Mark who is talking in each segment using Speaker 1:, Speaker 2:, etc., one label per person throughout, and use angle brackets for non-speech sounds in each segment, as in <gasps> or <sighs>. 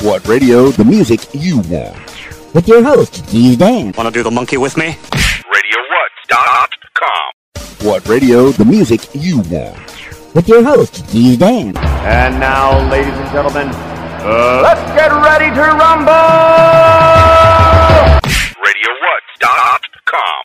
Speaker 1: What radio? The music you want.
Speaker 2: With your host, Steve Dan.
Speaker 3: Want to do the monkey with me?
Speaker 4: RadioWhat.com.
Speaker 1: What radio? The music you want.
Speaker 2: With your host, Steve Dan.
Speaker 5: And now, ladies and gentlemen, uh, let's get ready to rumble!
Speaker 4: RadioWhat.com.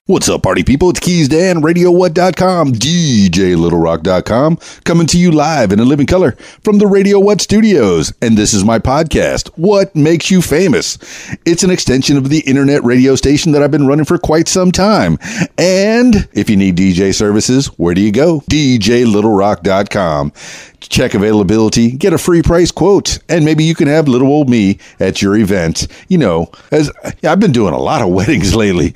Speaker 1: What's up, party people? It's Keys Dan, RadioWhat.com, DJLittleRock.com, coming to you live in a living color from the Radio What studios. And this is my podcast, What Makes You Famous. It's an extension of the internet radio station that I've been running for quite some time. And if you need DJ services, where do you go? DJLittleRock.com. Check availability, get a free price quote, and maybe you can have little old me at your event. You know, as I've been doing a lot of <laughs> weddings lately.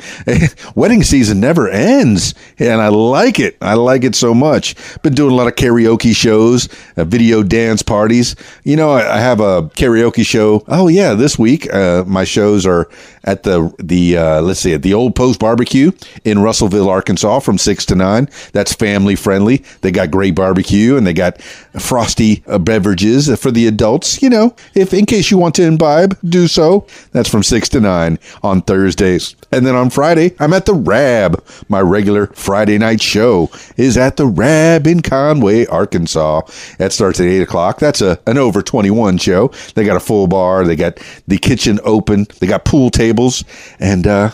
Speaker 1: Wedding season never ends, and I like it. I like it so much. Been doing a lot of karaoke shows, uh, video dance parties. You know, I, I have a karaoke show. Oh yeah, this week uh, my shows are at the the uh, let's see, at the Old Post Barbecue in Russellville, Arkansas, from six to nine. That's family friendly. They got great barbecue and they got frosty uh, beverages for the adults. You know, if in case you want to imbibe, do so. That's from six to nine on Thursdays, and then on Friday I'm at the Rab. My regular Friday night show is at the Rab in Conway, Arkansas. That starts at eight o'clock. That's a an over twenty one show. They got a full bar. They got the kitchen open. They got pool tables, and uh,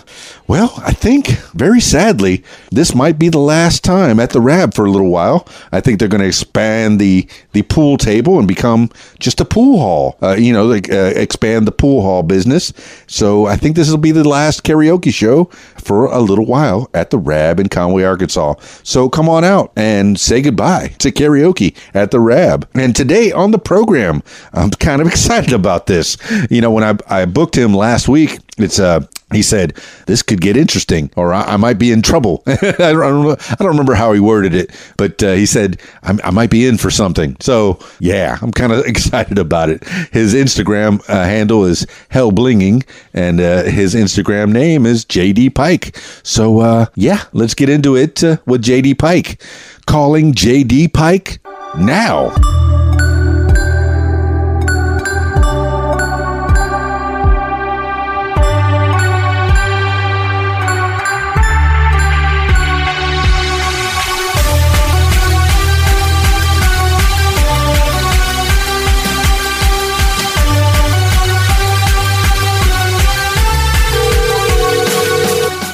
Speaker 1: well, I think very sadly this might be the last time at the Rab for a little while. I think they're going to expand the the pool table and become just a pool hall. Uh, you know, like uh, expand the pool hall business. So I think this will be the last karaoke show for a little while at the Rab in Conway, Arkansas. So come on out and say goodbye to karaoke at the Rab. And today on the program, I'm kind of <laughs> excited about this. You know, when I, I booked him last week, it's uh he said this could get interesting or i, I might be in trouble <laughs> I, don't, I, don't, know- I don't remember how he worded it but uh, he said I'm, i might be in for something so yeah i'm kind of <laughs> excited about it his instagram uh, handle is hellblinging and uh, his instagram name is jd pike so uh, yeah let's get into it uh, with jd pike calling jd pike now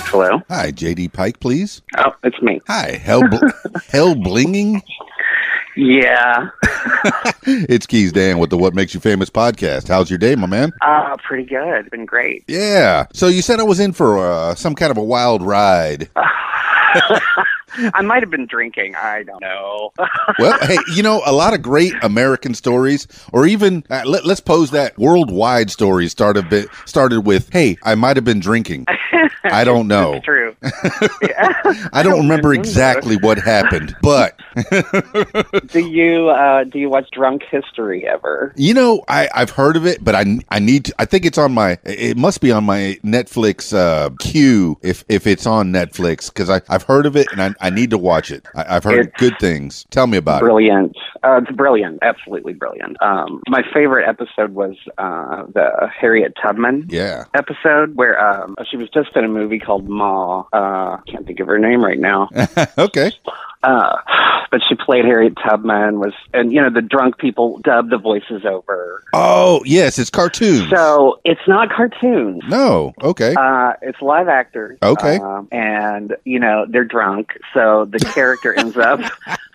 Speaker 6: Hello.
Speaker 1: hi jd pike please
Speaker 6: Oh, it's me.
Speaker 1: hi hell hellblinging
Speaker 6: Yeah.
Speaker 1: <laughs> It's Keys Dan with the What Makes You Famous podcast. How's your day, my man?
Speaker 6: Uh, pretty good. Been great.
Speaker 1: Yeah. So you said I was in for uh, some kind of a wild ride.
Speaker 6: I might have been drinking. I don't know. <laughs>
Speaker 1: Well, hey, you know, a lot of great American stories, or even uh, let, let's pose that worldwide story started bit, started with, "Hey, I might have been drinking. I don't know.
Speaker 6: It's true. Yeah.
Speaker 1: I don't remember exactly what happened, but
Speaker 6: do you uh, do you watch Drunk History ever?
Speaker 1: You know, I I've heard of it, but I I need to, I think it's on my it must be on my Netflix uh queue if if it's on Netflix because I I've heard of it and I, I need to watch it. I, I've heard
Speaker 6: It's-
Speaker 1: good things. Tell me about it.
Speaker 6: Brilliant. Uh, it's brilliant. Absolutely brilliant. Um, my favorite episode was uh, the Harriet Tubman.
Speaker 1: Yeah. <laughs>
Speaker 6: Episode where um, she was just in a movie called Ma. Uh, can't think of her name right <laughs> now.
Speaker 1: okay.
Speaker 6: Uh, but she played Harriet Tubman. Was and you know the drunk people dubbed the voices over
Speaker 1: Oh yes, it's cartoons.
Speaker 6: So it's not cartoons.
Speaker 1: no. Okay.
Speaker 6: Uh, it's live actors.
Speaker 1: Okay.
Speaker 6: Um, and, you know, they're drunk. So the character
Speaker 1: <laughs>
Speaker 6: ends up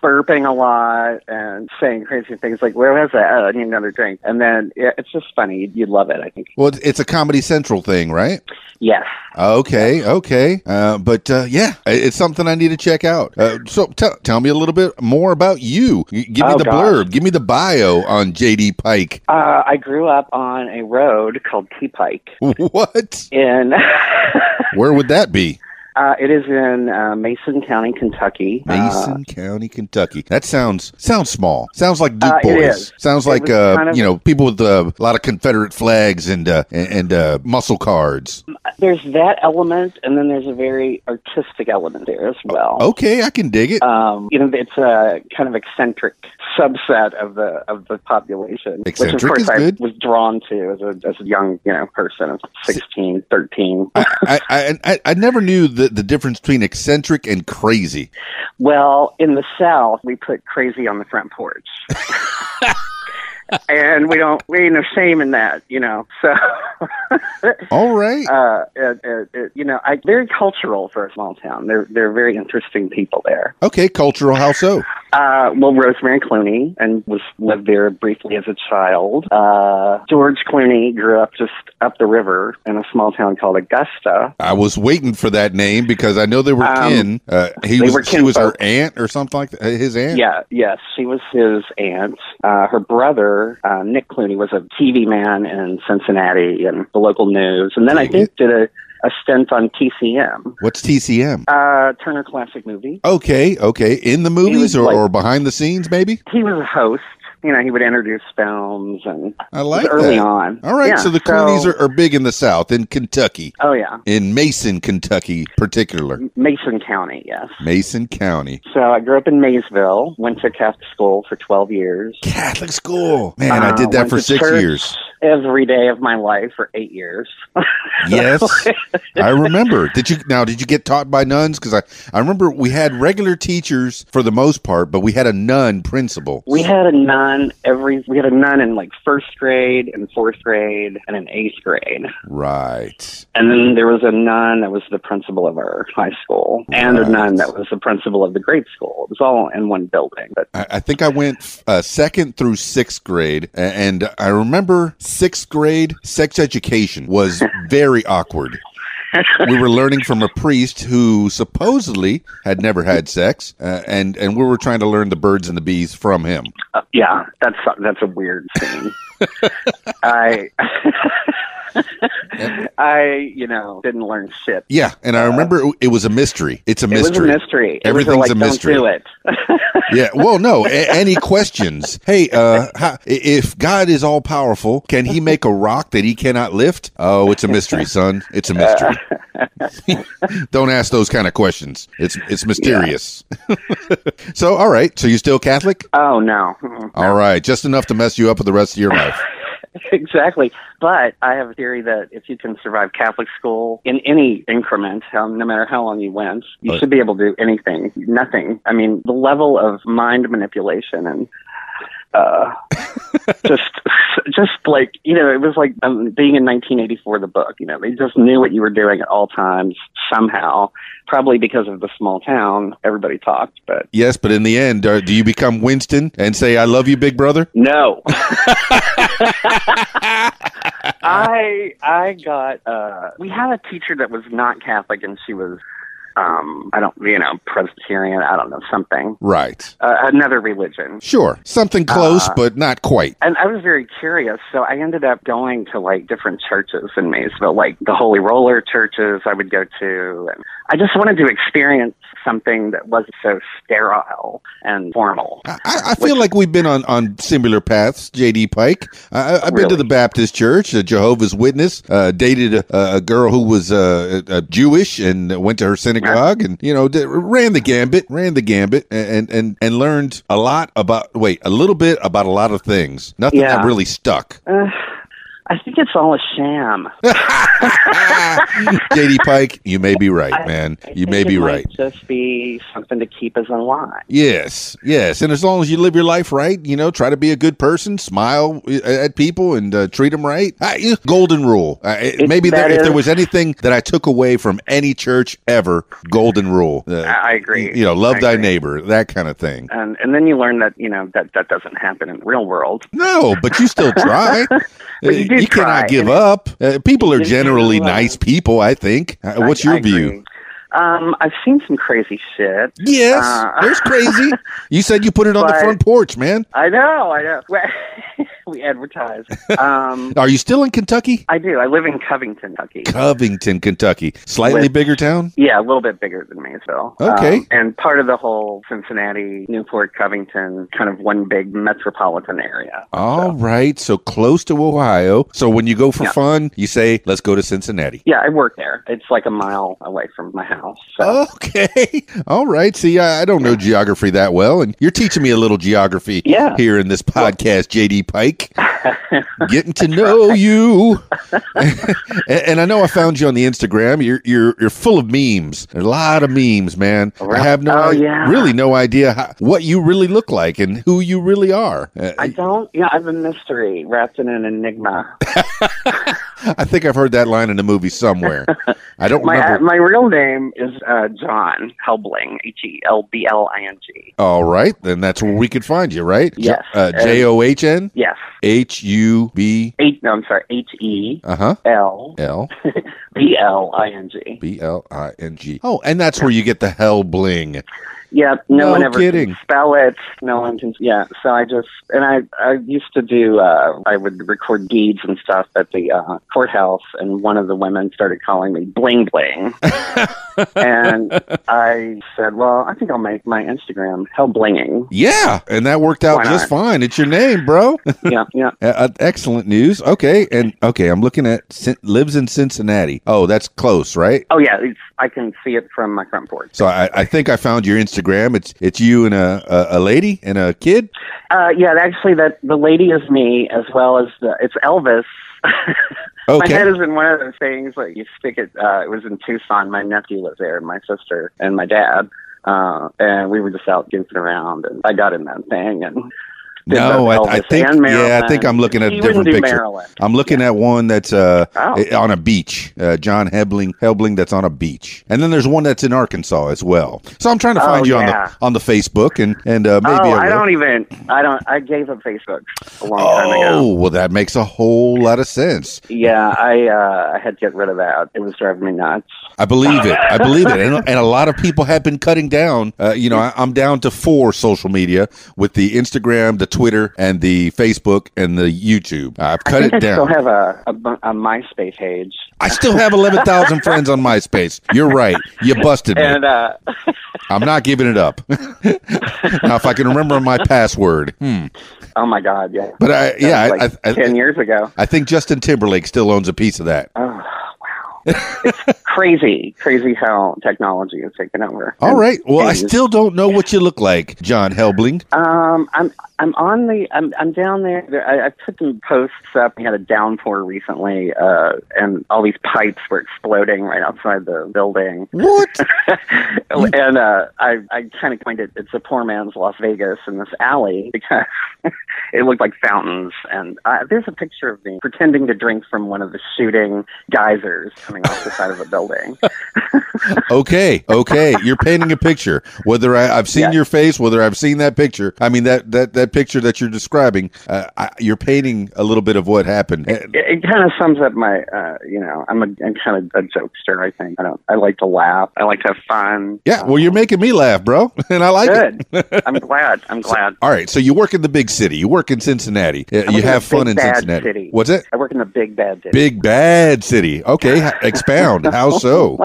Speaker 6: burping a lot and saying crazy things like, Where was that? Oh, I need another drink. And then yeah, it's just funny. You'd, you'd love it, I think.
Speaker 1: well, it's- it's a Comedy Central thing, right?
Speaker 6: Yes.
Speaker 1: Okay, okay, uh, but uh, yeah, i- it's something I need to check out. Uh, so tell tell me a little bit more about you. Y- Give me
Speaker 6: Oh,
Speaker 1: the
Speaker 6: gosh.
Speaker 1: blurb. Give me the bio on JD Pike. <laughs>
Speaker 6: Uh, I grew up on a road called T Pike.
Speaker 1: What?
Speaker 6: In <laughs>
Speaker 1: Where would that be?
Speaker 6: uh, it is in uh, Mason County, Kentucky. <laughs> Uh,
Speaker 1: Mason County, Kentucky. That sounds sounds small. Sounds like Duke
Speaker 6: Uh, it
Speaker 1: boys.
Speaker 6: is.
Speaker 1: Sounds
Speaker 6: It
Speaker 1: like
Speaker 6: was
Speaker 1: uh,
Speaker 6: kind of-
Speaker 1: you know people with uh, a lot of Confederate flags and uh, and, and uh, muscle cards.
Speaker 6: there's that element, and then there's a very artistic element there as well.
Speaker 1: Okay, I can dig it.
Speaker 6: Um, you know, it's a kind of eccentric subset of the of the population, which
Speaker 1: Eccentric
Speaker 6: of course
Speaker 1: is
Speaker 6: I
Speaker 1: good.
Speaker 6: was drawn to as a as a young you know person of 16, 13.
Speaker 1: I, I, I, I never knew the, the difference between eccentric and crazy.
Speaker 6: Well, in the South, we put crazy on the
Speaker 1: <laughs>
Speaker 6: front porch. and we don't, we ain't no shame in that, you know. So,
Speaker 1: All right.
Speaker 6: uh, it, it, it, you know, I, very cultural for a small town. They're, they're very interesting people there.
Speaker 1: Okay, cultural. How so?
Speaker 6: Uh, well, Rosemary Clooney and was lived there briefly as a child. Uh, George Clooney grew up just up the river in a small town called Augusta.
Speaker 1: I was waiting for that name because I know they were
Speaker 6: Um,
Speaker 1: kin. Uh, he
Speaker 6: they
Speaker 1: was,
Speaker 6: were
Speaker 1: she was her
Speaker 6: kinfolk.
Speaker 1: aunt or something like that. His aunt.
Speaker 6: Yeah, yes, she was his aunt. Uh, her brother, uh, Nick Clooney, was a TV man in Cincinnati and the local news, and then I think did a, a stint on TCM,
Speaker 1: What's TCM?
Speaker 6: uh, Turner Classic Movie.
Speaker 1: Okay, okay. In the movies
Speaker 6: was
Speaker 1: or,
Speaker 6: like-
Speaker 1: or behind the scenes, maybe.
Speaker 6: He was a host. You know, he would introduce films and
Speaker 1: I like
Speaker 6: early
Speaker 1: that.
Speaker 6: on.
Speaker 1: All right,
Speaker 6: Yeah,
Speaker 1: so the Clooney's are, are big in the South, in Kentucky,
Speaker 6: Oh yeah,
Speaker 1: in Mason, Kentucky, particular
Speaker 6: Mason County. Yes.
Speaker 1: Mason County
Speaker 6: So I grew up in Maysville, went to Catholic school for 12 years.
Speaker 1: Catholic school. Man, I
Speaker 6: Uh,
Speaker 1: did that
Speaker 6: went
Speaker 1: for
Speaker 6: to
Speaker 1: six
Speaker 6: church <laughs>
Speaker 1: years.
Speaker 6: Every day of my life for eight years. <laughs>
Speaker 1: Yes, I remember. Did you now? Did you get taught by nuns? Because I, I remember we had regular teachers for the most part, but we had a nun principal.
Speaker 6: We had a nun every, we had a nun in like first grade and fourth grade and in eighth grade.
Speaker 1: right.
Speaker 6: And then there was a nun that was the principal of our high school and
Speaker 1: Right.
Speaker 6: a nun that was the principal of the grade school. It was all in one building. But
Speaker 1: I, I think I went uh, second through sixth grade, a- and I remember sixth grade sex education
Speaker 6: <laughs>
Speaker 1: was very awkward. We were learning from a priest who supposedly had never had sex, uh, and and we were trying to learn the birds and the bees from him.
Speaker 6: uh, yeah, that's, that's a weird
Speaker 1: <laughs>
Speaker 6: thing. I, <laughs> I, you know, didn't learn shit
Speaker 1: Yeah, and I remember it was a mystery. It's a mystery.
Speaker 6: It was a mystery. It
Speaker 1: Everything's
Speaker 6: was
Speaker 1: a
Speaker 6: like,
Speaker 1: mystery.
Speaker 6: Don't do it.
Speaker 1: Yeah. Well, no. A- any questions? Hey, uh, how, if God is all powerful, can He make a rock that He cannot lift? Oh, it's a mystery, son. It's a mystery.
Speaker 6: <laughs>
Speaker 1: Don't ask those kind of questions. It's it's mysterious. <laughs> so, all right. So, you still Catholic?
Speaker 6: oh no, <laughs> Mm-mm.
Speaker 1: All right. Just enough to mess you up for the rest of your life.
Speaker 6: exactly. But I have a theory that if you can survive Catholic school in any increment, um, no matter how long you went, you
Speaker 1: Right.
Speaker 6: should be able to do anything, nothing. I mean, the level of mind manipulation and.
Speaker 1: <laughs>
Speaker 6: Uh, just, <laughs> just like you know, it was like um, being in 1984. The book, you know, they just knew what you were doing at all times somehow. Probably because of the small town, everybody talked. But
Speaker 1: Yes, but in the end, uh, do you become Winston and say, "I love you, big brother"?
Speaker 6: No. I I got uh we had a teacher that was not Catholic and she was um I don't you know Presbyterian I don't know something
Speaker 1: Right.
Speaker 6: uh, another religion
Speaker 1: Sure. Something close,
Speaker 6: Uh,
Speaker 1: but not quite.
Speaker 6: and I was very curious so I ended up going to like different churches in Maysville like the Holy Roller churches I would go to and I just wanted to experience something that wasn't so sterile and formal
Speaker 1: I, I I feel like we've been on, on similar paths, J.D. Pike. I, I- I've been to
Speaker 6: Really?
Speaker 1: the Baptist Church, a Jehovah's Witness, uh, dated a, a girl who was uh, a, a Jewish and went to her synagogue and, you know, did, ran the gambit, ran the gambit and, and, and learned a lot about, wait, a little bit about a lot of things. Nothing that
Speaker 6: Yeah.
Speaker 1: really
Speaker 6: <laughs>
Speaker 1: stuck.
Speaker 6: uh, I think it's all a sham
Speaker 1: J.D. Ah, Pike, you may be right, man.
Speaker 6: I
Speaker 1: You
Speaker 6: think
Speaker 1: may
Speaker 6: it
Speaker 1: be
Speaker 6: might
Speaker 1: right.
Speaker 6: Just be something to keep us alive.
Speaker 1: Yes, yes, and as long as you live your life right, you know, try to be a good person, smile uh, at people, and uh, treat them right. I, you- golden rule. Uh, it-
Speaker 6: It's
Speaker 1: maybe there, if
Speaker 6: better-
Speaker 1: there was anything that I took away from any chch ever, golden rule. Uh,
Speaker 6: I I agree.
Speaker 1: You know, love
Speaker 6: I
Speaker 1: thy
Speaker 6: agree.
Speaker 1: neighbor, that kind of thing.
Speaker 6: And and then you learn that you know that that doesn't happen in the real world.
Speaker 1: No, but you still
Speaker 6: <laughs>
Speaker 1: try. Uh,
Speaker 6: you do try,
Speaker 1: cannot give
Speaker 6: and-
Speaker 1: up. Uh, people are
Speaker 6: You do
Speaker 1: generally
Speaker 6: try.
Speaker 1: nice people, I think. Uh, what's
Speaker 6: I-
Speaker 1: your
Speaker 6: I
Speaker 1: view?
Speaker 6: agree. Um, I've seen some crazy shit.
Speaker 1: Yes,
Speaker 6: Uh.
Speaker 1: there's crazy.
Speaker 6: <laughs>
Speaker 1: You said you put it on the
Speaker 6: But-
Speaker 1: front porch, man.
Speaker 6: I know, I know. <laughs> We- we advertise. Um,
Speaker 1: Are you still in Kentucky?
Speaker 6: I do. I live in Covington, Kentucky.
Speaker 1: Covington, Kentucky, slightly
Speaker 6: With-
Speaker 1: bigger town.
Speaker 6: Yeah, a little bit bigger than Maysville.
Speaker 1: Okay.
Speaker 6: Um, and part of the whole Cincinnati, Newport, Covington, kind of one big metropolitan area.
Speaker 1: All right, so close to Ohio. So when you go for
Speaker 6: Yeah.
Speaker 1: fun, you say, "Let's go to Cincinnati."
Speaker 6: Yeah, I work there. It's like a mile away from my house. So.
Speaker 1: Okay. <laughs> All right. See, I, I don't know geography that well, and you're teaching me a little geography
Speaker 6: Yeah.
Speaker 1: here in this podcast, JD
Speaker 6: <laughs>
Speaker 1: Pike. Getting to know you. and, and I know I found you on the Instagram. You're you're you're full of memes. A lot of memes, man. I have no
Speaker 6: Oh,
Speaker 1: i-
Speaker 6: yeah.
Speaker 1: really no idea how, what you really look like and who you really are. Uh,
Speaker 6: I don't. Yeah, I'm a mystery wrapped in
Speaker 1: <laughs>
Speaker 6: an enigma.
Speaker 1: I think I've heard that line in a movie somewhere. I don't
Speaker 6: <laughs> My
Speaker 1: remember.
Speaker 6: uh, my real name is uh, John Helbling. H e l b l i n g.
Speaker 1: All right, then that's where we could find you, right? J-
Speaker 6: Yes.
Speaker 1: Uh, J O H N
Speaker 6: Yes.
Speaker 1: H U B.
Speaker 6: Eight. No, I'm sorry. H e
Speaker 1: Uh huh.
Speaker 6: l
Speaker 1: L
Speaker 6: b l i n g.
Speaker 1: B L I N G. Oh, and that's where you get the hell bling.
Speaker 6: Yeah, no,
Speaker 1: No
Speaker 6: one ever
Speaker 1: kidding.
Speaker 6: can spell it. No one can. Yeah, so I just and I I used to do. Uh, I would record deeds and stuff at the uh, courthouse, and one of the women started calling me Bling
Speaker 1: <laughs>
Speaker 6: Bling, and I said, "Well, I think I'll make my Instagram Hell Blinging."
Speaker 1: Yeah, and that worked out
Speaker 6: Why
Speaker 1: just
Speaker 6: not?
Speaker 1: fine. It's your name, bro. <laughs> uh,
Speaker 6: yeah, yeah.
Speaker 1: uh, excellent news. Okay, and okay, I'm looking at Cin- lives in Cincinnati. Oh, that's close, right?
Speaker 6: Oh yeah, it's, I can see it from my front porch.
Speaker 1: So I, I think I found your Instagram. It's it's you and a, a a lady and a kid.
Speaker 6: Uh, yeah, actually, that the lady is me as well as the it's Elvis. <laughs>
Speaker 1: Okay.
Speaker 6: My head has been one of those things like you stick it. Uh, it was in Tucson. My nephew was there, and my sister and my dad, uh, and we were just out goofing around, and I got in that thing. And did
Speaker 1: No,
Speaker 6: both
Speaker 1: I, I
Speaker 6: Elvis
Speaker 1: think
Speaker 6: and
Speaker 1: yeah, I
Speaker 6: Marilyn.
Speaker 1: think I'm looking at a
Speaker 6: He
Speaker 1: different
Speaker 6: wouldn't do
Speaker 1: picture.
Speaker 6: Marilyn.
Speaker 1: I'm looking at one that's uh,
Speaker 6: Oh.
Speaker 1: eh, on a beach. Uh, John Hebling, Hebling, that's on a beach, and then there's one that's in Arkansas as well. So I'm trying to
Speaker 6: Oh,
Speaker 1: find you
Speaker 6: yeah.
Speaker 1: on the on the Facebook and and uh, maybe
Speaker 6: oh,
Speaker 1: I
Speaker 6: I
Speaker 1: will.
Speaker 6: don't even. I don't. I gave up Facebook a long time ago.
Speaker 1: Oh, well, that makes a whole lot of sense.
Speaker 6: Yeah, I uh, I had to get rid of that. It was driving me nuts.
Speaker 1: I believe it. I believe it. And, and a lot of people have been cutting down. Uh, you know, I, I'm down to four social media with the Instagram, the Twitter, and the Facebook, and the YouTube. I've cut
Speaker 6: I think
Speaker 1: it
Speaker 6: I
Speaker 1: down.
Speaker 6: still have a, a bu- a MySpace page.
Speaker 1: I still have 11,000 friends on MySpace. You're right. You busted me.
Speaker 6: And uh, <laughs>
Speaker 1: I'm not giving it up. <laughs> now, if I can remember my password, hmm.
Speaker 6: oh my god, yeah.
Speaker 1: but I, yeah, I-
Speaker 6: like
Speaker 1: I, I,
Speaker 6: ten years ago.
Speaker 1: I think Justin Timberlake still owns a piece of that.
Speaker 6: Oh, wow.
Speaker 1: <laughs>
Speaker 6: it's crazy, crazy how technology has taken over.
Speaker 1: All
Speaker 6: And
Speaker 1: right. Well, I
Speaker 6: things.
Speaker 1: still don't know what you look like, John Helbling.
Speaker 6: Um, I'm I'm on the I'm I'm down there. There- I, I put some posts up. We had a downpour recently, uh, and all these pipes were exploding right outside the building.
Speaker 1: What?
Speaker 6: <laughs> and uh, I I kind of coined it. It's a poor man's Las Vegas in this alley <laughs> because it looked like fountains. And uh, there's a picture of me pretending to drink from one of the shooting geysers coming off the side of
Speaker 1: <laughs>
Speaker 6: a building.
Speaker 1: Okay. Okay. You're painting a picture. Whether I, I've seen
Speaker 6: Yeah.
Speaker 1: your face, whether I've seen that picture, I mean, that, that, that picture that you're describing, uh, I, you're painting a little bit of what happened. Uh,
Speaker 6: it, it kind of sums up my uh you know i'm a i'm kind of a jokester i think i don't i like to laugh i like to have fun
Speaker 1: Yeah. Well, you're making me laugh, bro. <laughs> And I like it.
Speaker 6: good
Speaker 1: <laughs>
Speaker 6: i'm glad i'm glad
Speaker 1: All right, so you work in the big city. You work in Cincinnati. Uh,
Speaker 6: I work
Speaker 1: You
Speaker 6: in
Speaker 1: have
Speaker 6: the
Speaker 1: fun
Speaker 6: big
Speaker 1: in
Speaker 6: bad
Speaker 1: Cincinnati.
Speaker 6: city.
Speaker 1: What's it?
Speaker 6: i work in the big bad city
Speaker 1: Big bad city. Okay, h-
Speaker 6: <laughs>
Speaker 1: expound. How so?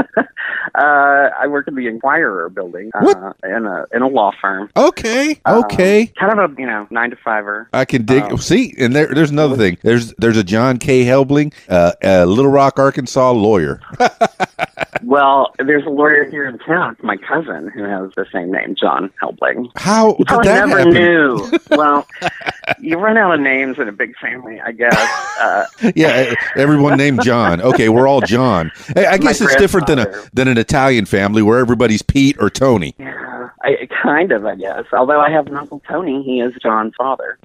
Speaker 6: uh i work in the inquirer building uh
Speaker 1: What?
Speaker 6: in a in a law firm
Speaker 1: Okay,
Speaker 6: Um,
Speaker 1: okay.
Speaker 6: kind of a you know nine to fiver
Speaker 1: I can dig.
Speaker 6: Oh.
Speaker 1: See, and there, there's another thing. There's there's a John K. Helbling, uh, a Little Rock, Arkansas lawyer.
Speaker 6: well there's a lawyer here in town my cousin who has the same name john helbling
Speaker 1: How did
Speaker 6: Oh, <laughs> I
Speaker 1: that
Speaker 6: never
Speaker 1: happen?
Speaker 6: knew.
Speaker 1: <laughs>
Speaker 6: Well, you run out of names in a big family, I guess.
Speaker 1: <laughs>
Speaker 6: Uh,
Speaker 1: yeah, e- everyone named John. Okay, we're all John. Hey, I
Speaker 6: <laughs> My
Speaker 1: guess it's different than a
Speaker 6: grandfather.
Speaker 1: than an Italian family where everybody's Pete or
Speaker 6: <laughs>
Speaker 1: Tony. <laughs>
Speaker 6: Yeah, I, kind of, I guess. Although I have an uncle Tony, he is John's father.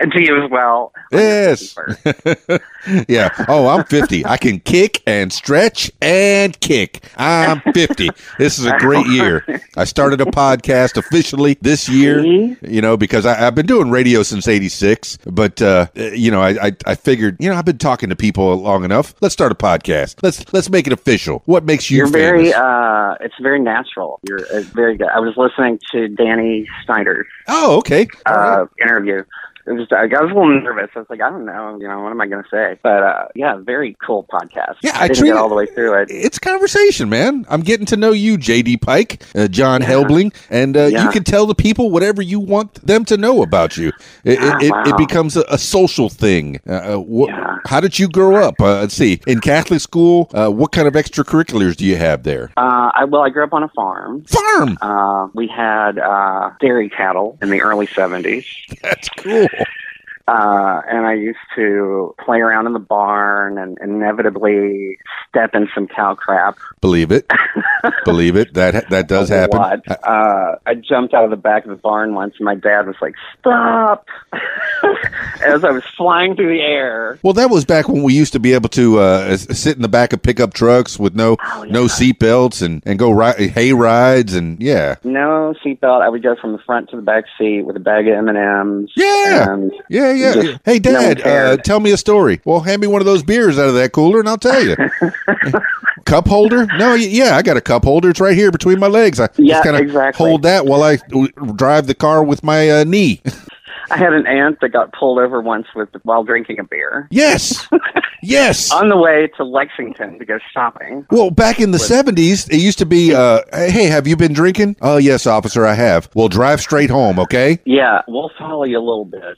Speaker 6: and to you as well.
Speaker 1: Yes. <laughs> yeah. Oh,
Speaker 6: <laughs>
Speaker 1: I'm 50. I can kick and stretch and kick. I'm 50. This is a great year. I started a podcast officially this year,
Speaker 6: See?
Speaker 1: you know, because I, I've been doing radio since 86. But, uh, you know, I, I, I figured, you know, I've been talking to people long enough. Let's start a podcast. Let's let's make it official. What makes you
Speaker 6: You're
Speaker 1: famous?
Speaker 6: very. Uh, it's very natural. You're uh, very good. I was listening to Danny Snyder's
Speaker 1: oh, okay.
Speaker 6: uh, interview. It was, I was a little nervous. I was like, I don't know, you know, what am I going to say? But uh, yeah, very cool podcast.
Speaker 1: Yeah, I
Speaker 6: didn't
Speaker 1: treat
Speaker 6: get
Speaker 1: it-
Speaker 6: all the way through it.
Speaker 1: it's conversation, man. I'm getting to know you, JD Pike, uh, John Helbling, and uh, you
Speaker 6: Yeah.
Speaker 1: can tell the people whatever you want them to know about you. It,
Speaker 6: Ah,
Speaker 1: it, it, it
Speaker 6: wow.
Speaker 1: becomes a, a social thing. Uh, uh, wh-
Speaker 6: Yeah.
Speaker 1: How did you grow up? Uh, let's see. In Catholic school, uh, what kind of extracurriculars do you have there?
Speaker 6: Uh, I well, I grew up on a farm.
Speaker 1: Farm. <laughs>
Speaker 6: Uh, we had uh, dairy cattle in the early '70s,
Speaker 1: That's cool.
Speaker 6: uh, and I used to play around in the barn and inevitably step in some cow crap.
Speaker 1: Believe it. Believe it. That that
Speaker 6: <laughs>
Speaker 1: does
Speaker 6: a
Speaker 1: happen.
Speaker 6: Lot. Uh, I jumped out of the back of the barn once, and my dad was like, "Stop!" <laughs> as I was flying through the air.
Speaker 1: Well, that was back when we used to be able to uh, s- sit in the back of pickup trucks with no
Speaker 6: Oh, yeah.
Speaker 1: no seatbelts and and go ri- hay rides and yeah
Speaker 6: No seatbelt. I would go from the front to the back seat with a bag of M and M's.
Speaker 1: Yeah.
Speaker 6: And
Speaker 1: Yeah, yeah.
Speaker 6: Just
Speaker 1: yeah. hey,
Speaker 6: no one
Speaker 1: Dad, uh,
Speaker 6: cared.
Speaker 1: tell me a story. Well, hand me one of those beers out of that cooler, and I'll tell
Speaker 6: <laughs>
Speaker 1: you. cup holder? No, y- yeah, I got a cup holder. It's right here between my legs. I
Speaker 6: Yeah,
Speaker 1: just kind of
Speaker 6: exactly.
Speaker 1: hold that while I w- drive the car with my uh, knee. <laughs>
Speaker 6: I had an aunt that got pulled over once with while drinking a beer.
Speaker 1: yes,
Speaker 6: <laughs>
Speaker 1: yes.
Speaker 6: on the way to Lexington to go shopping.
Speaker 1: Well, back in the seventies, it used to be, uh, "Hey, have you been drinking?" Oh, yes, officer, I have. Well, drive straight home, okay?
Speaker 6: Yeah, we'll follow you a little bit.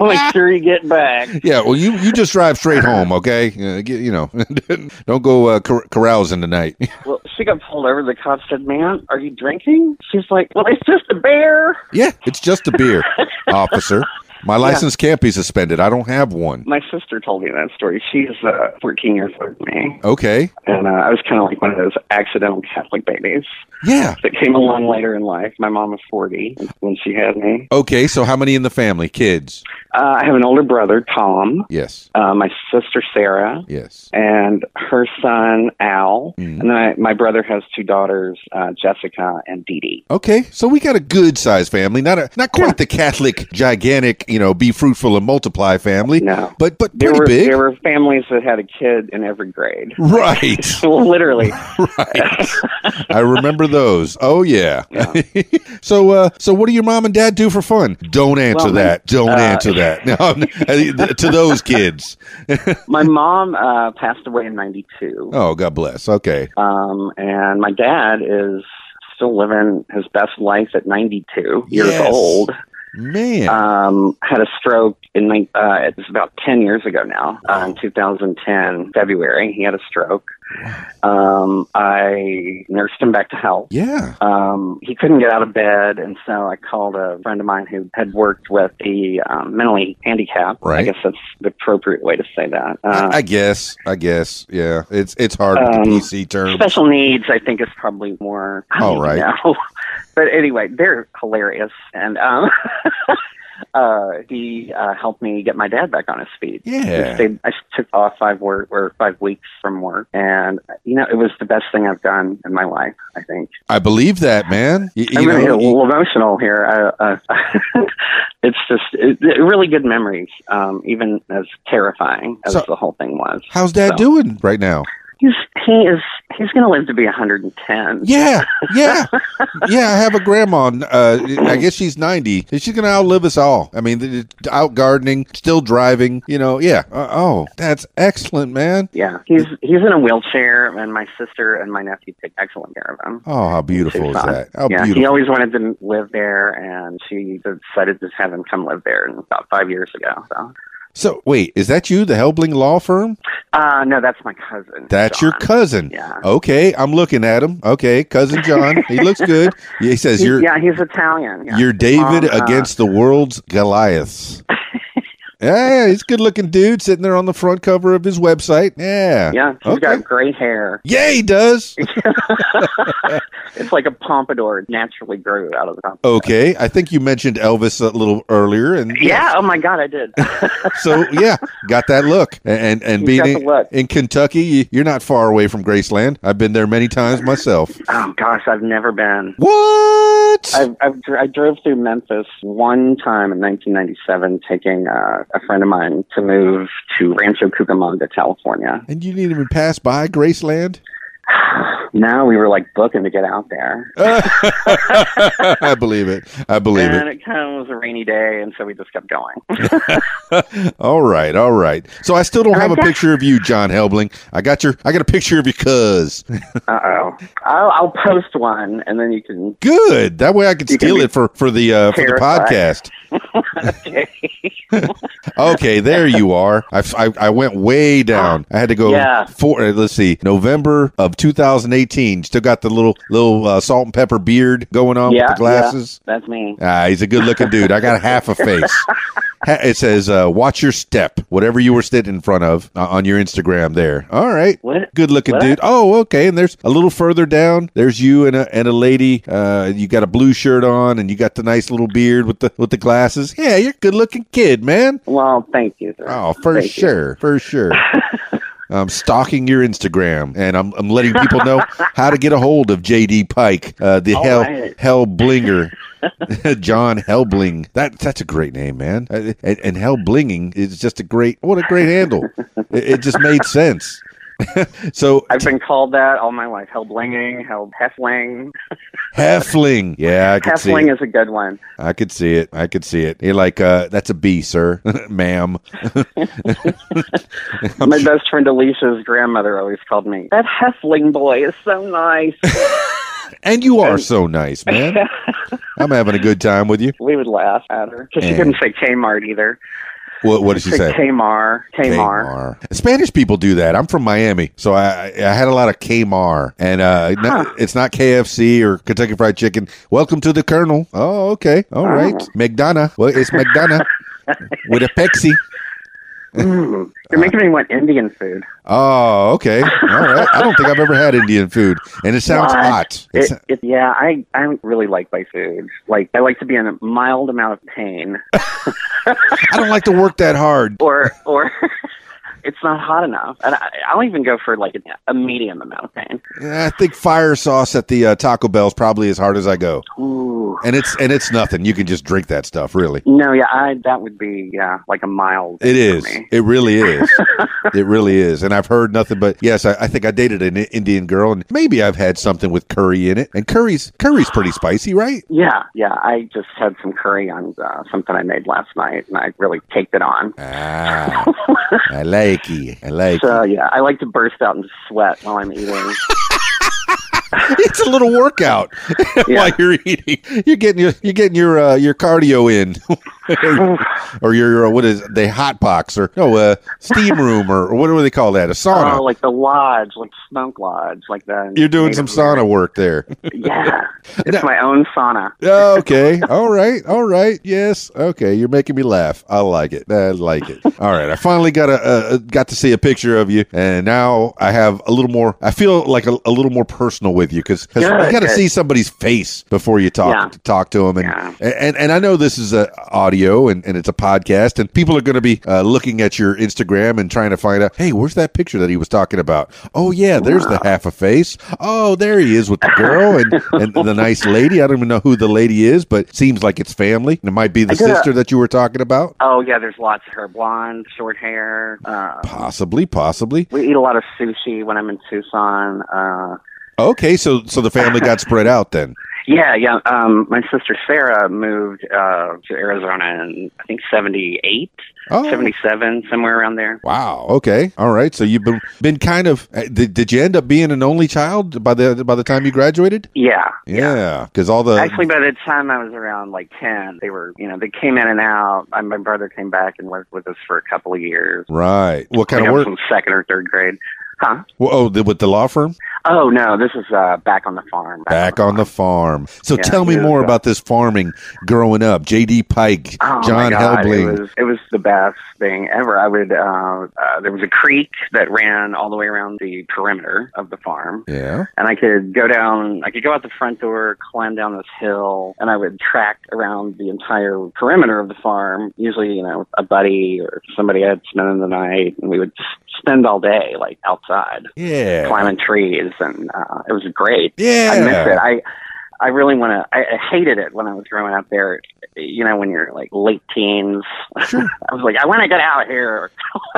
Speaker 6: Make sure you get back.
Speaker 1: Yeah. Well, you you just drive straight home, okay? Uh, get, you know, <laughs> don't go uh, car- carousing tonight. <laughs>
Speaker 6: Well, she got pulled over. The cop said, "Man, are you drinking?" She's like, "Well, it's just a bear."
Speaker 1: Yeah, it's just a beer, officer. My license can't be suspended. I don't have one.
Speaker 6: My sister told me that story. She's uh, 14 years older than me,
Speaker 1: Okay.
Speaker 6: and uh, I was kind of like one of those accidental Catholic babies
Speaker 1: Yeah.
Speaker 6: that came along later in life. My mom was 40 when she had me.
Speaker 1: Okay, so how many in the family? Kids.
Speaker 6: Uh, I have an older brother, Tom.
Speaker 1: Yes.
Speaker 6: Uh, my sister, Sarah.
Speaker 1: Yes.
Speaker 6: and her son Al,
Speaker 1: Mhm.
Speaker 6: and then I, my brother has two daughters, uh, Jessica and Dee Dee.
Speaker 1: Okay, so we got a good sized family, not a not quite
Speaker 6: Yeah.
Speaker 1: the Catholic gigantic, you know, be fruitful and multiply family,
Speaker 6: No,
Speaker 1: but but
Speaker 6: there
Speaker 1: pretty
Speaker 6: were
Speaker 1: big,
Speaker 6: there were families that had a kid in every grade. <laughs>
Speaker 1: right?
Speaker 6: Literally,
Speaker 1: <laughs> Right. I remember those. Oh yeah. <laughs> so uh, so what do your mom and dad do for fun? Don't answer
Speaker 6: Well, my-
Speaker 1: that. Don't
Speaker 6: uh,
Speaker 1: answer that. <laughs> No, to those kids.
Speaker 6: my mom uh, passed away in '92,
Speaker 1: Oh, God bless. Okay.
Speaker 6: um, and my dad is still living his best life at 92
Speaker 1: Yes.
Speaker 6: years old.
Speaker 1: Man.
Speaker 6: Um, had a stroke in nine- uh, it was about 10 years ago now, uh, in 2010 February. He had a stroke. Um, I nursed him back to health.
Speaker 1: yeah.
Speaker 6: Um, he couldn't get out of bed, and so I called a friend of mine who had worked with the um, mentally handicapped. I
Speaker 1: Right.
Speaker 6: guess that's the appropriate way to say that. Uh,
Speaker 1: I I guess. I guess. Yeah. It's it's hard with
Speaker 6: Um,
Speaker 1: the PC terms.
Speaker 6: Special needs, I think, is probably more. I
Speaker 1: All
Speaker 6: don't <laughs>
Speaker 1: right.
Speaker 6: know. But anyway, they're hilarious, and um, <laughs> uh, he uh, helped me get my dad back on his feet.
Speaker 1: Yeah.
Speaker 6: I, stayed, I took off five work or five weeks from work, and you know it was the best thing I've done in my life. I think
Speaker 1: I believe that, man. Y- You,
Speaker 6: I'm going to get
Speaker 1: know,
Speaker 6: a little emotional here. Uh, uh, <laughs> it's just it, it- really good memories, um, even as terrifying as
Speaker 1: So-
Speaker 6: the whole thing was.
Speaker 1: how's dad
Speaker 6: So-
Speaker 1: doing right now?
Speaker 6: He's he is he's going to live to be 110.
Speaker 1: Yeah,
Speaker 6: <laughs>
Speaker 1: yeah, yeah. I have a grandma. Uh, I guess she's ninety. and She's gonna outlive us all. I mean, th- th- out gardening, still driving. You know, yeah. Uh, oh, that's excellent, man.
Speaker 6: Yeah, he's he's in a wheelchair, and my sister and my nephew take excellent care of him.
Speaker 1: Oh, how beautiful is
Speaker 6: Tucson.
Speaker 1: that? How
Speaker 6: yeah, he
Speaker 1: beautiful.
Speaker 6: always wanted to live there, and she decided to have him come live there and about five years ago. So,
Speaker 1: So, wait, is that you, the Helbling Law Firm?
Speaker 6: uh, no, that's my cousin.
Speaker 1: That's your
Speaker 6: John.
Speaker 1: cousin.
Speaker 6: Yeah.
Speaker 1: Okay, I'm looking at him. Okay, cousin John. he looks
Speaker 6: <laughs>
Speaker 1: good. He says
Speaker 6: He-
Speaker 1: you're
Speaker 6: yeah, he's Italian. Yeah.
Speaker 1: you're David
Speaker 6: Mom, uh,
Speaker 1: against the world's
Speaker 6: <laughs>
Speaker 1: Goliaths. yeah, he's a good looking dude sitting there on the front cover of his website. Yeah.
Speaker 6: Yeah, he's
Speaker 1: Okay.
Speaker 6: got gray hair.
Speaker 1: Yeah, he does.
Speaker 6: It's like a pompadour naturally grew out of the top.
Speaker 1: Okay, I think you mentioned Elvis a little earlier, and
Speaker 6: Yeah. Oh my God, I did.
Speaker 1: so yeah, got that look, and and, and
Speaker 6: He's
Speaker 1: being
Speaker 6: got the
Speaker 1: in,
Speaker 6: look.
Speaker 1: in Kentucky, you- you're not far away from Graceland. I've been there many times myself.
Speaker 6: oh gosh, I've never been.
Speaker 1: What?
Speaker 6: I've, I've, dr- I drove through Memphis one time in 1997, taking uh, a friend of mine to move to Rancho Cucamonga, California.
Speaker 1: and you didn't even pass by Graceland. <laughs>
Speaker 6: Now we were like booking to get out there.
Speaker 1: I believe it. I believe
Speaker 6: and
Speaker 1: it.
Speaker 6: it kind of was a rainy day, and so we just kept going. <laughs>
Speaker 1: All right, all right. So I still don't
Speaker 6: And I
Speaker 1: have a
Speaker 6: guess-
Speaker 1: picture of you, John Helbling. I got your. I got a picture of your cuz.
Speaker 6: uh oh. I'll, I'll post one, and then you can.
Speaker 1: Good. That way I can
Speaker 6: You can
Speaker 1: steal
Speaker 6: be
Speaker 1: it for for the uh, for the
Speaker 6: terrified. <laughs>
Speaker 1: podcast. <laughs> Okay, there you are. I, I, I went way down. I had to go
Speaker 6: Yeah.
Speaker 1: four. uh, Let's see, November of 2018. Still got the little little uh, salt and pepper beard going on
Speaker 6: yeah,
Speaker 1: with the glasses.
Speaker 6: yeah, that's me.
Speaker 1: Ah, he's a good looking dude. I got half a face.
Speaker 6: <laughs>
Speaker 1: Ha- It says, uh, "Watch your step." Whatever you were sitting in front of uh, on your Instagram, there. All right,
Speaker 6: What?
Speaker 1: good looking
Speaker 6: What?
Speaker 1: dude. Oh, okay. And there's a little further down. There's you and a and a lady. Uh, you got a blue shirt on, and you got the nice little beard with the with the glasses. Yeah, you're a good looking kid, man.
Speaker 6: Well, thank you. Sir.
Speaker 1: Oh, for
Speaker 6: Thank you.
Speaker 1: sure, for
Speaker 6: <laughs>
Speaker 1: sure. I'm stalking your Instagram, and I'm, I'm letting people know how to get a hold of JD Pike, uh, the
Speaker 6: All
Speaker 1: hell
Speaker 6: right. <laughs>
Speaker 1: Hellblinger, <laughs> John Hellbling. That that's a great name, man. Uh, And, and Hellblinging is just a great what a great handle. It, it just made sense. <laughs> so
Speaker 6: I've been called that all my life. Hellblinging, hell heffling.
Speaker 1: Heffling, yeah, I could see. It.
Speaker 6: Heffling is a good
Speaker 1: <laughs>
Speaker 6: one.
Speaker 1: I could see it. I could see it. You're like, uh, that's a B, sir, <laughs> ma'am.
Speaker 6: my best friend Alicia's grandmother always called me. That heffling boy is so nice.
Speaker 1: And you are so nice, <laughs> man. I'm having a good time with you.
Speaker 6: we would laugh at her because she
Speaker 1: Yeah.
Speaker 6: couldn't say Kmart either.
Speaker 1: What, what did she say?
Speaker 6: Kmart, Kmart.
Speaker 1: Kmart. Spanish people do that. I'm from Miami, so I I I had a lot of Kmart, and uh, no- it's not KFC or Kentucky Fried Chicken. Welcome to the Colonel. Oh, okay, all right, McDonough. Well, it's <laughs> McDonough with a Pepsi.
Speaker 6: Mm. You're making me want Indian food.
Speaker 1: Oh, okay, all right. I don't think I've ever had Indian food, and it sounds
Speaker 6: What?
Speaker 1: hot. It's-
Speaker 6: It, it, yeah, I I really like my food. Like I like to be in a mild amount of pain,
Speaker 1: I don't like to work that hard.
Speaker 6: or or <laughs> it's not hot enough. And I, I'll even go for like a, a medium amount of pain.
Speaker 1: I think fire sauce at the uh, Taco Bell's probably as hard as I go,
Speaker 6: Ooh.
Speaker 1: and it's and it's nothing. You can just drink that stuff, really.
Speaker 6: No, yeah, I that would be yeah like a mild.
Speaker 1: It is.
Speaker 6: for me.
Speaker 1: It really is. it really is. And I've heard nothing but yes. I, I think I dated an I- Indian girl, and maybe I've had something with curry in it. And curry's curry's pretty spicy, right?
Speaker 6: Yeah, yeah. I just had some curry on uh, something I made last night, and I really caked it on.
Speaker 1: Ah, I like it. I like
Speaker 6: So yeah, I like to burst out and sweat while I'm eating.
Speaker 1: it. <laughs> It's a little workout <laughs>
Speaker 6: Yeah.
Speaker 1: while you're eating. You're getting your you're getting your uh, your cardio in, <laughs> or your uh, what is it? they hot box or no uh, steam room or, or what do they call that? A sauna.
Speaker 6: Oh, like the lodge, like smoke lodge, like the.
Speaker 1: you're doing some sauna work there. <laughs>
Speaker 6: Yeah, it's
Speaker 1: No.
Speaker 6: my own sauna.
Speaker 1: Oh, okay. All right. All right. Yes. Okay. You're making me laugh. I like it. I like it. All right. I finally got a uh, got to see a picture of you, and now I have a little more. I feel like a, a little more personal with you because you
Speaker 6: Good,
Speaker 1: got to
Speaker 6: good.
Speaker 1: see somebody's face before you talk
Speaker 6: Yeah.
Speaker 1: talk to them, and
Speaker 6: Yeah.
Speaker 1: and and I know this is a audio video and, and it's a podcast, and people are going to be uh, looking at your Instagram and trying to find out, hey, where's that picture that he was talking about? Oh, yeah, there's the half a face. Oh, there he is with the girl
Speaker 6: <laughs>
Speaker 1: and, and the nice lady. I don't even know who the lady is, but seems like it's family. It might be the
Speaker 6: gotta-
Speaker 1: sister that you were talking about.
Speaker 6: Oh yeah, there's lots of her blonde, short hair. Uh,
Speaker 1: Possibly, possibly.
Speaker 6: we eat a lot of sushi when I'm in Tucson. Uh,
Speaker 1: Okay, so so the family got spread out then.
Speaker 6: yeah, yeah. Um, my sister Sarah moved uh, to Arizona in I think 78,
Speaker 1: Oh,
Speaker 6: 77, somewhere around there.
Speaker 1: wow. Okay, all right. So you've been been kind of. uh, Did, did you end up being an only child by the by the time you graduated?
Speaker 6: Yeah.
Speaker 1: Yeah, because all the
Speaker 6: Actually, by the time I was around like 10, they were, you know, they came in and out. I, my brother came back and worked with us for a couple of years.
Speaker 1: right. What
Speaker 6: I
Speaker 1: kind of
Speaker 6: think I was
Speaker 1: work?
Speaker 6: from second or third grade. Huh?
Speaker 1: Well, oh, the, with the law firm.
Speaker 6: Oh, no, this is uh, back on the farm.
Speaker 1: Back on the farm. So
Speaker 6: Yeah,
Speaker 1: tell me
Speaker 6: it was,
Speaker 1: more
Speaker 6: uh,
Speaker 1: about this farming growing up. J.D. Pike,
Speaker 6: Oh, my
Speaker 1: John
Speaker 6: God, It
Speaker 1: Helbling.
Speaker 6: was, it was the best thing ever. I would, uh, uh, there was a creek that ran all the way around the perimeter of the farm.
Speaker 1: Yeah.
Speaker 6: And I could go down, I could go out the front door, climb down this hill, and I would track around the entire perimeter of the farm, usually, you know, with a buddy or somebody I'd spend the night, and we would s- spend all day, like, outside,
Speaker 1: Yeah.
Speaker 6: climbing trees, and uh, it was great.
Speaker 1: Yeah.
Speaker 6: I miss it. I I really want to. I, I hated it when I was growing up there. You know, when you're like late teens,
Speaker 1: Sure.
Speaker 6: <laughs> I was like, I want to get out here.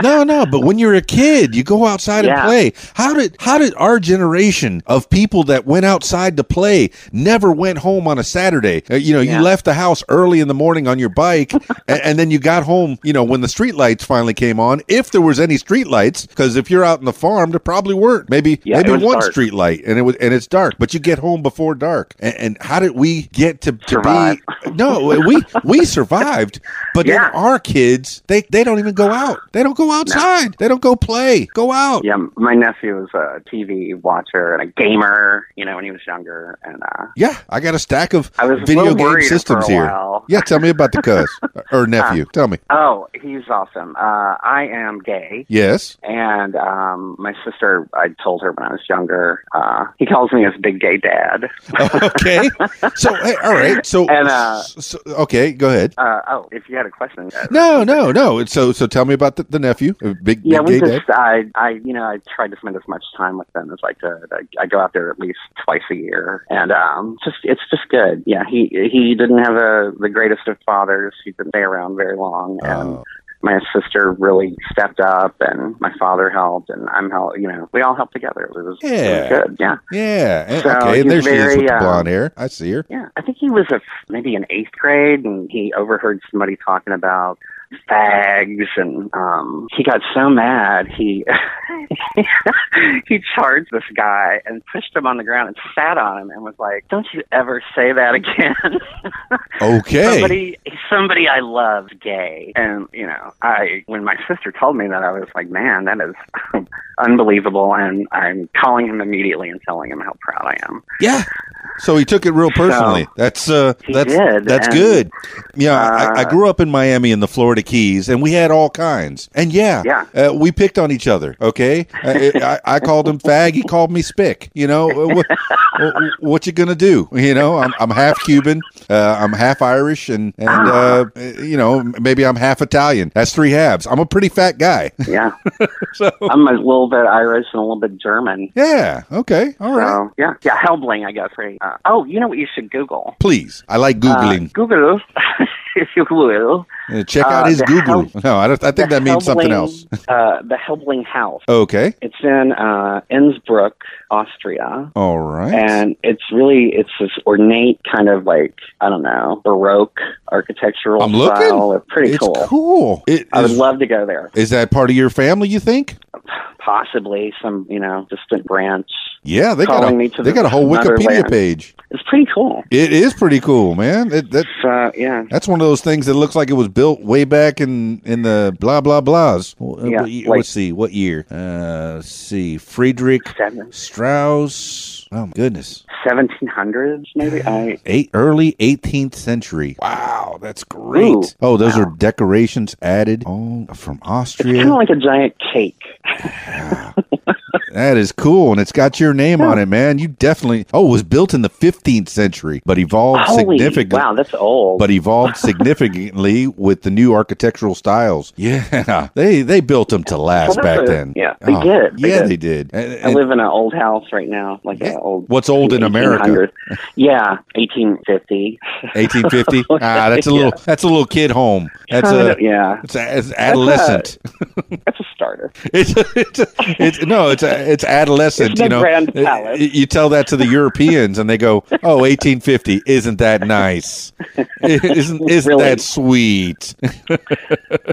Speaker 1: no, no, but when you're a kid, you go outside and
Speaker 6: Yeah.
Speaker 1: play. How did how did our generation of people that went outside to play never went home on a Saturday? Uh, you know,
Speaker 6: Yeah.
Speaker 1: you left the house early in the morning on your bike, and, and then you got home. You know, when the street lights finally came on, if there was any street lights, because if you're out in the farm, there probably weren't. Maybe
Speaker 6: Yeah, it
Speaker 1: maybe
Speaker 6: was
Speaker 1: one
Speaker 6: dark.
Speaker 1: street light, and it was and it's dark, but you get home before dark. And, and how did we get to, to
Speaker 6: Survive.
Speaker 1: be? No, we we survived, but then
Speaker 6: <laughs> Yeah.
Speaker 1: our kids they they don't even go out they don't go outside they don't go play go out
Speaker 6: Yeah, my nephew was a TV watcher and a gamer. You know, when he was younger, and uh,
Speaker 1: yeah i got a stack of
Speaker 6: I was a
Speaker 1: video
Speaker 6: little
Speaker 1: game
Speaker 6: worried
Speaker 1: systems
Speaker 6: for a
Speaker 1: here
Speaker 6: while.
Speaker 1: yeah tell me about the
Speaker 6: <laughs>
Speaker 1: cuz uh, or nephew tell me
Speaker 6: Oh, he's awesome. Uh, I am gay.
Speaker 1: yes <laughs>
Speaker 6: And um, my sister, I told her when I was younger, uh, he calls me his big gay dad.
Speaker 1: okay so hey, all right so,
Speaker 6: <laughs> And, uh,
Speaker 1: so okay go ahead
Speaker 6: Uh, oh, if you had a question. uh,
Speaker 1: no no no so so tell me about the, the nephew uh, big,
Speaker 6: Yeah,
Speaker 1: big gay
Speaker 6: we
Speaker 1: dad
Speaker 6: just I I you know I tried to spend as much time with them as I could. I, I go out there at least twice a year, and um, just it's just good. Yeah, he he didn't have a the greatest of fathers. He didn't stay around very long, and
Speaker 1: Oh,
Speaker 6: my sister really stepped up, and my father helped, and I'm help. You know, we all helped together. It was,
Speaker 1: Yeah.
Speaker 6: it was good. Yeah,
Speaker 1: yeah and-
Speaker 6: So
Speaker 1: okay and there
Speaker 6: he's
Speaker 1: she is
Speaker 6: very,
Speaker 1: with the
Speaker 6: um,
Speaker 1: blonde hair i see her
Speaker 6: yeah. I think he was a, maybe in eighth grade, and he overheard somebody talking about fags and um he got so mad he <laughs> he charged this guy and pushed him on the ground and sat on him and was like don't you ever say that again <laughs>
Speaker 1: okay
Speaker 6: somebody somebody i love gay and you know i when my sister told me that i was like man that is <laughs> unbelievable and i'm calling him immediately and telling him how proud i am
Speaker 1: Yeah. So he took it real personally. that's uh,
Speaker 6: He
Speaker 1: that's
Speaker 6: did,
Speaker 1: that's
Speaker 6: and,
Speaker 1: good. Yeah, I, I
Speaker 6: uh,
Speaker 1: grew up in Miami in the Florida Keys, and we had all kinds. And yeah,
Speaker 6: Yeah.
Speaker 1: Uh, we picked on each other. Okay, I, I, I called him fag. He called me spick. You know Uh, what, what, what you gonna do? You know, I'm, I'm half Cuban. Uh, I'm half Irish, and and
Speaker 6: Ah.
Speaker 1: uh, you know maybe I'm half Italian. That's three halves. I'm a pretty fat guy. <laughs>
Speaker 6: yeah
Speaker 1: so
Speaker 6: i'm a little bit irish and a little bit german
Speaker 1: yeah, okay, all right.
Speaker 6: So yeah, yeah, Helbling, I guess. Right? Uh, oh, you know what you should Google.
Speaker 1: Please, I like
Speaker 6: Uh,
Speaker 1: googling.
Speaker 6: Google, <laughs> if you will.
Speaker 1: Uh, Check out
Speaker 6: Uh,
Speaker 1: his
Speaker 6: the
Speaker 1: Google. no, I, don't, I think
Speaker 6: The
Speaker 1: that means something
Speaker 6: Helbling-
Speaker 1: else. <laughs>
Speaker 6: uh, the Helbling House.
Speaker 1: Okay.
Speaker 6: It's in uh, Innsbruck, Austria.
Speaker 1: All right.
Speaker 6: And it's really it's this ornate kind of like I don't know baroque architectural
Speaker 1: I'm looking.
Speaker 6: style. It's pretty
Speaker 1: it's
Speaker 6: cool.
Speaker 1: cool. It
Speaker 6: I would
Speaker 1: is-
Speaker 6: love to go there.
Speaker 1: is that part of your family? You think?
Speaker 6: Possibly some you know distant branch.
Speaker 1: Yeah, they got
Speaker 6: Calling
Speaker 1: a
Speaker 6: me to
Speaker 1: they
Speaker 6: the
Speaker 1: got a whole Wikipedia
Speaker 6: motherland.
Speaker 1: page.
Speaker 6: It's pretty cool.
Speaker 1: It is pretty cool, man. It, that
Speaker 6: So yeah.
Speaker 1: that's one of those things that looks like it was built way back in in the blah blah blahs. Uh,
Speaker 6: Yeah,
Speaker 1: what ye-
Speaker 6: like-
Speaker 1: let's see what year. Uh, let's see, Friedrich
Speaker 6: Seven,
Speaker 1: Strauss. Oh my goodness.
Speaker 6: 1700s maybe I
Speaker 1: Eight early 18th century. Wow, that's great.
Speaker 6: Ooh,
Speaker 1: oh, those
Speaker 6: wow.
Speaker 1: are decorations added. Oh, from
Speaker 6: It's kind
Speaker 1: Austria.
Speaker 6: of like a giant cake.
Speaker 1: That is cool, and it's got your name on it, man. You definitely. Oh, it was built in the 15th century, but evolved
Speaker 6: Holy,
Speaker 1: significantly.
Speaker 6: wow, that's old.
Speaker 1: But
Speaker 6: <laughs>
Speaker 1: evolved significantly with the new architectural styles. Yeah, <laughs> they they built them to last
Speaker 6: Well,
Speaker 1: back
Speaker 6: that's a-
Speaker 1: then. Oh,
Speaker 6: yeah, they did, they
Speaker 1: yeah,
Speaker 6: did.
Speaker 1: they did. And-
Speaker 6: I
Speaker 1: and-
Speaker 6: live in an old house right now, like
Speaker 1: Yeah.
Speaker 6: an old.
Speaker 1: What's old in America?
Speaker 6: 1800s. Yeah, 1850. <laughs>
Speaker 1: 1850. ah, that's a little. That's a little kid home. That's a.
Speaker 6: yeah,
Speaker 1: It's, a, it's adolescent.
Speaker 6: that's a starter.
Speaker 1: It's, it's, it's no, it's a, it's adolescent.
Speaker 6: It's the
Speaker 1: you know, Uh,
Speaker 6: Grand Palace.
Speaker 1: you tell that to the Europeans, and they go, "Oh, 1850, isn't that nice? Isn't isn't
Speaker 6: Really?
Speaker 1: that sweet?"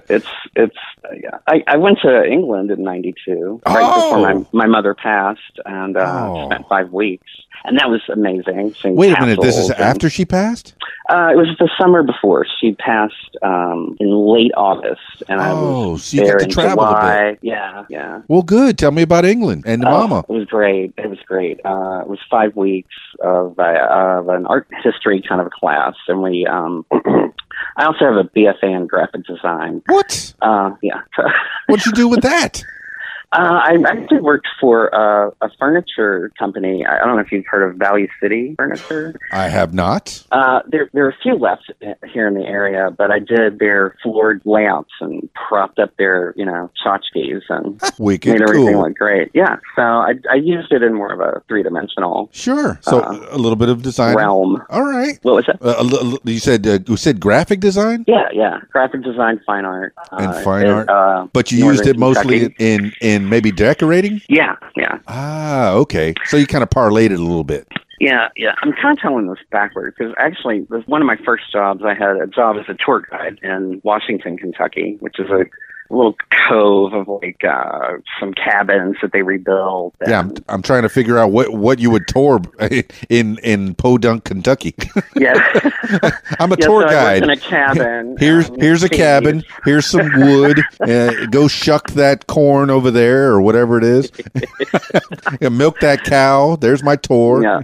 Speaker 6: It's it's uh, yeah. I, I went to England in '92, right
Speaker 1: Oh.
Speaker 6: before my my mother passed, and uh,
Speaker 1: Oh.
Speaker 6: spent five weeks, and that was amazing. seeing
Speaker 1: Wait a minute, this is
Speaker 6: castles and-
Speaker 1: after she passed.
Speaker 6: Uh, it was the summer before she passed um, in late August, and I
Speaker 1: Oh,
Speaker 6: was
Speaker 1: so you got
Speaker 6: there
Speaker 1: to
Speaker 6: in
Speaker 1: travel a bit.
Speaker 6: July. Yeah, yeah.
Speaker 1: Well, good. Tell me about England and
Speaker 6: Oh,
Speaker 1: Mama.
Speaker 6: It was great. It was great. Uh, it was five weeks of, uh, of an art history kind of class, and we. Um, <clears throat> I also have a BFA in graphic design.
Speaker 1: What?
Speaker 6: Uh, yeah, <laughs> uh,
Speaker 1: What'd you do with that?
Speaker 6: I actually worked for uh, a furniture company. I I don't know if you've heard of Valley City Furniture.
Speaker 1: I have not.
Speaker 6: Uh, there, there are a few left here in the area, but I did their floored layouts and propped up their, you know, tchotchkes and
Speaker 1: Wicked
Speaker 6: made everything
Speaker 1: cool.
Speaker 6: look great. Yeah, so I, I used it in more of a three dimensional
Speaker 1: Sure. So
Speaker 6: Uh,
Speaker 1: a little bit of design.
Speaker 6: realm.
Speaker 1: All right.
Speaker 6: What was that?
Speaker 1: Uh, a li- you said uh, you said graphic design,
Speaker 6: Yeah, yeah. Graphic design, fine art, uh,
Speaker 1: And fine
Speaker 6: is,
Speaker 1: art.
Speaker 6: Uh,
Speaker 1: but you
Speaker 6: Northern
Speaker 1: used it mostly
Speaker 6: Kentucky.
Speaker 1: in in maybe decorating.
Speaker 6: yeah, yeah,
Speaker 1: Ah, okay. So you kind of parlayed it a little bit.
Speaker 6: yeah, yeah. I'm kind of telling this backwards because actually, this, one of my first jobs, I had a job as a tour guide in Washington, Kentucky, which is a little cove of like uh, some cabins that they rebuilt.
Speaker 1: Yeah, I'm, I'm trying to figure out what, what you would tour <laughs> in in Podunk, Kentucky.
Speaker 6: <laughs>
Speaker 1: <laughs>
Speaker 6: yeah.
Speaker 1: I'm a
Speaker 6: yeah,
Speaker 1: tour
Speaker 6: so I worked in
Speaker 1: guide.
Speaker 6: a cabin.
Speaker 1: <laughs> Here's
Speaker 6: um,
Speaker 1: here's a
Speaker 6: geez.
Speaker 1: cabin. Here's some
Speaker 6: <laughs>
Speaker 1: wood. Uh, go shuck that corn over there or whatever it
Speaker 6: <laughs>
Speaker 1: is. Yeah, milk that cow. There's my tour.
Speaker 6: Yeah.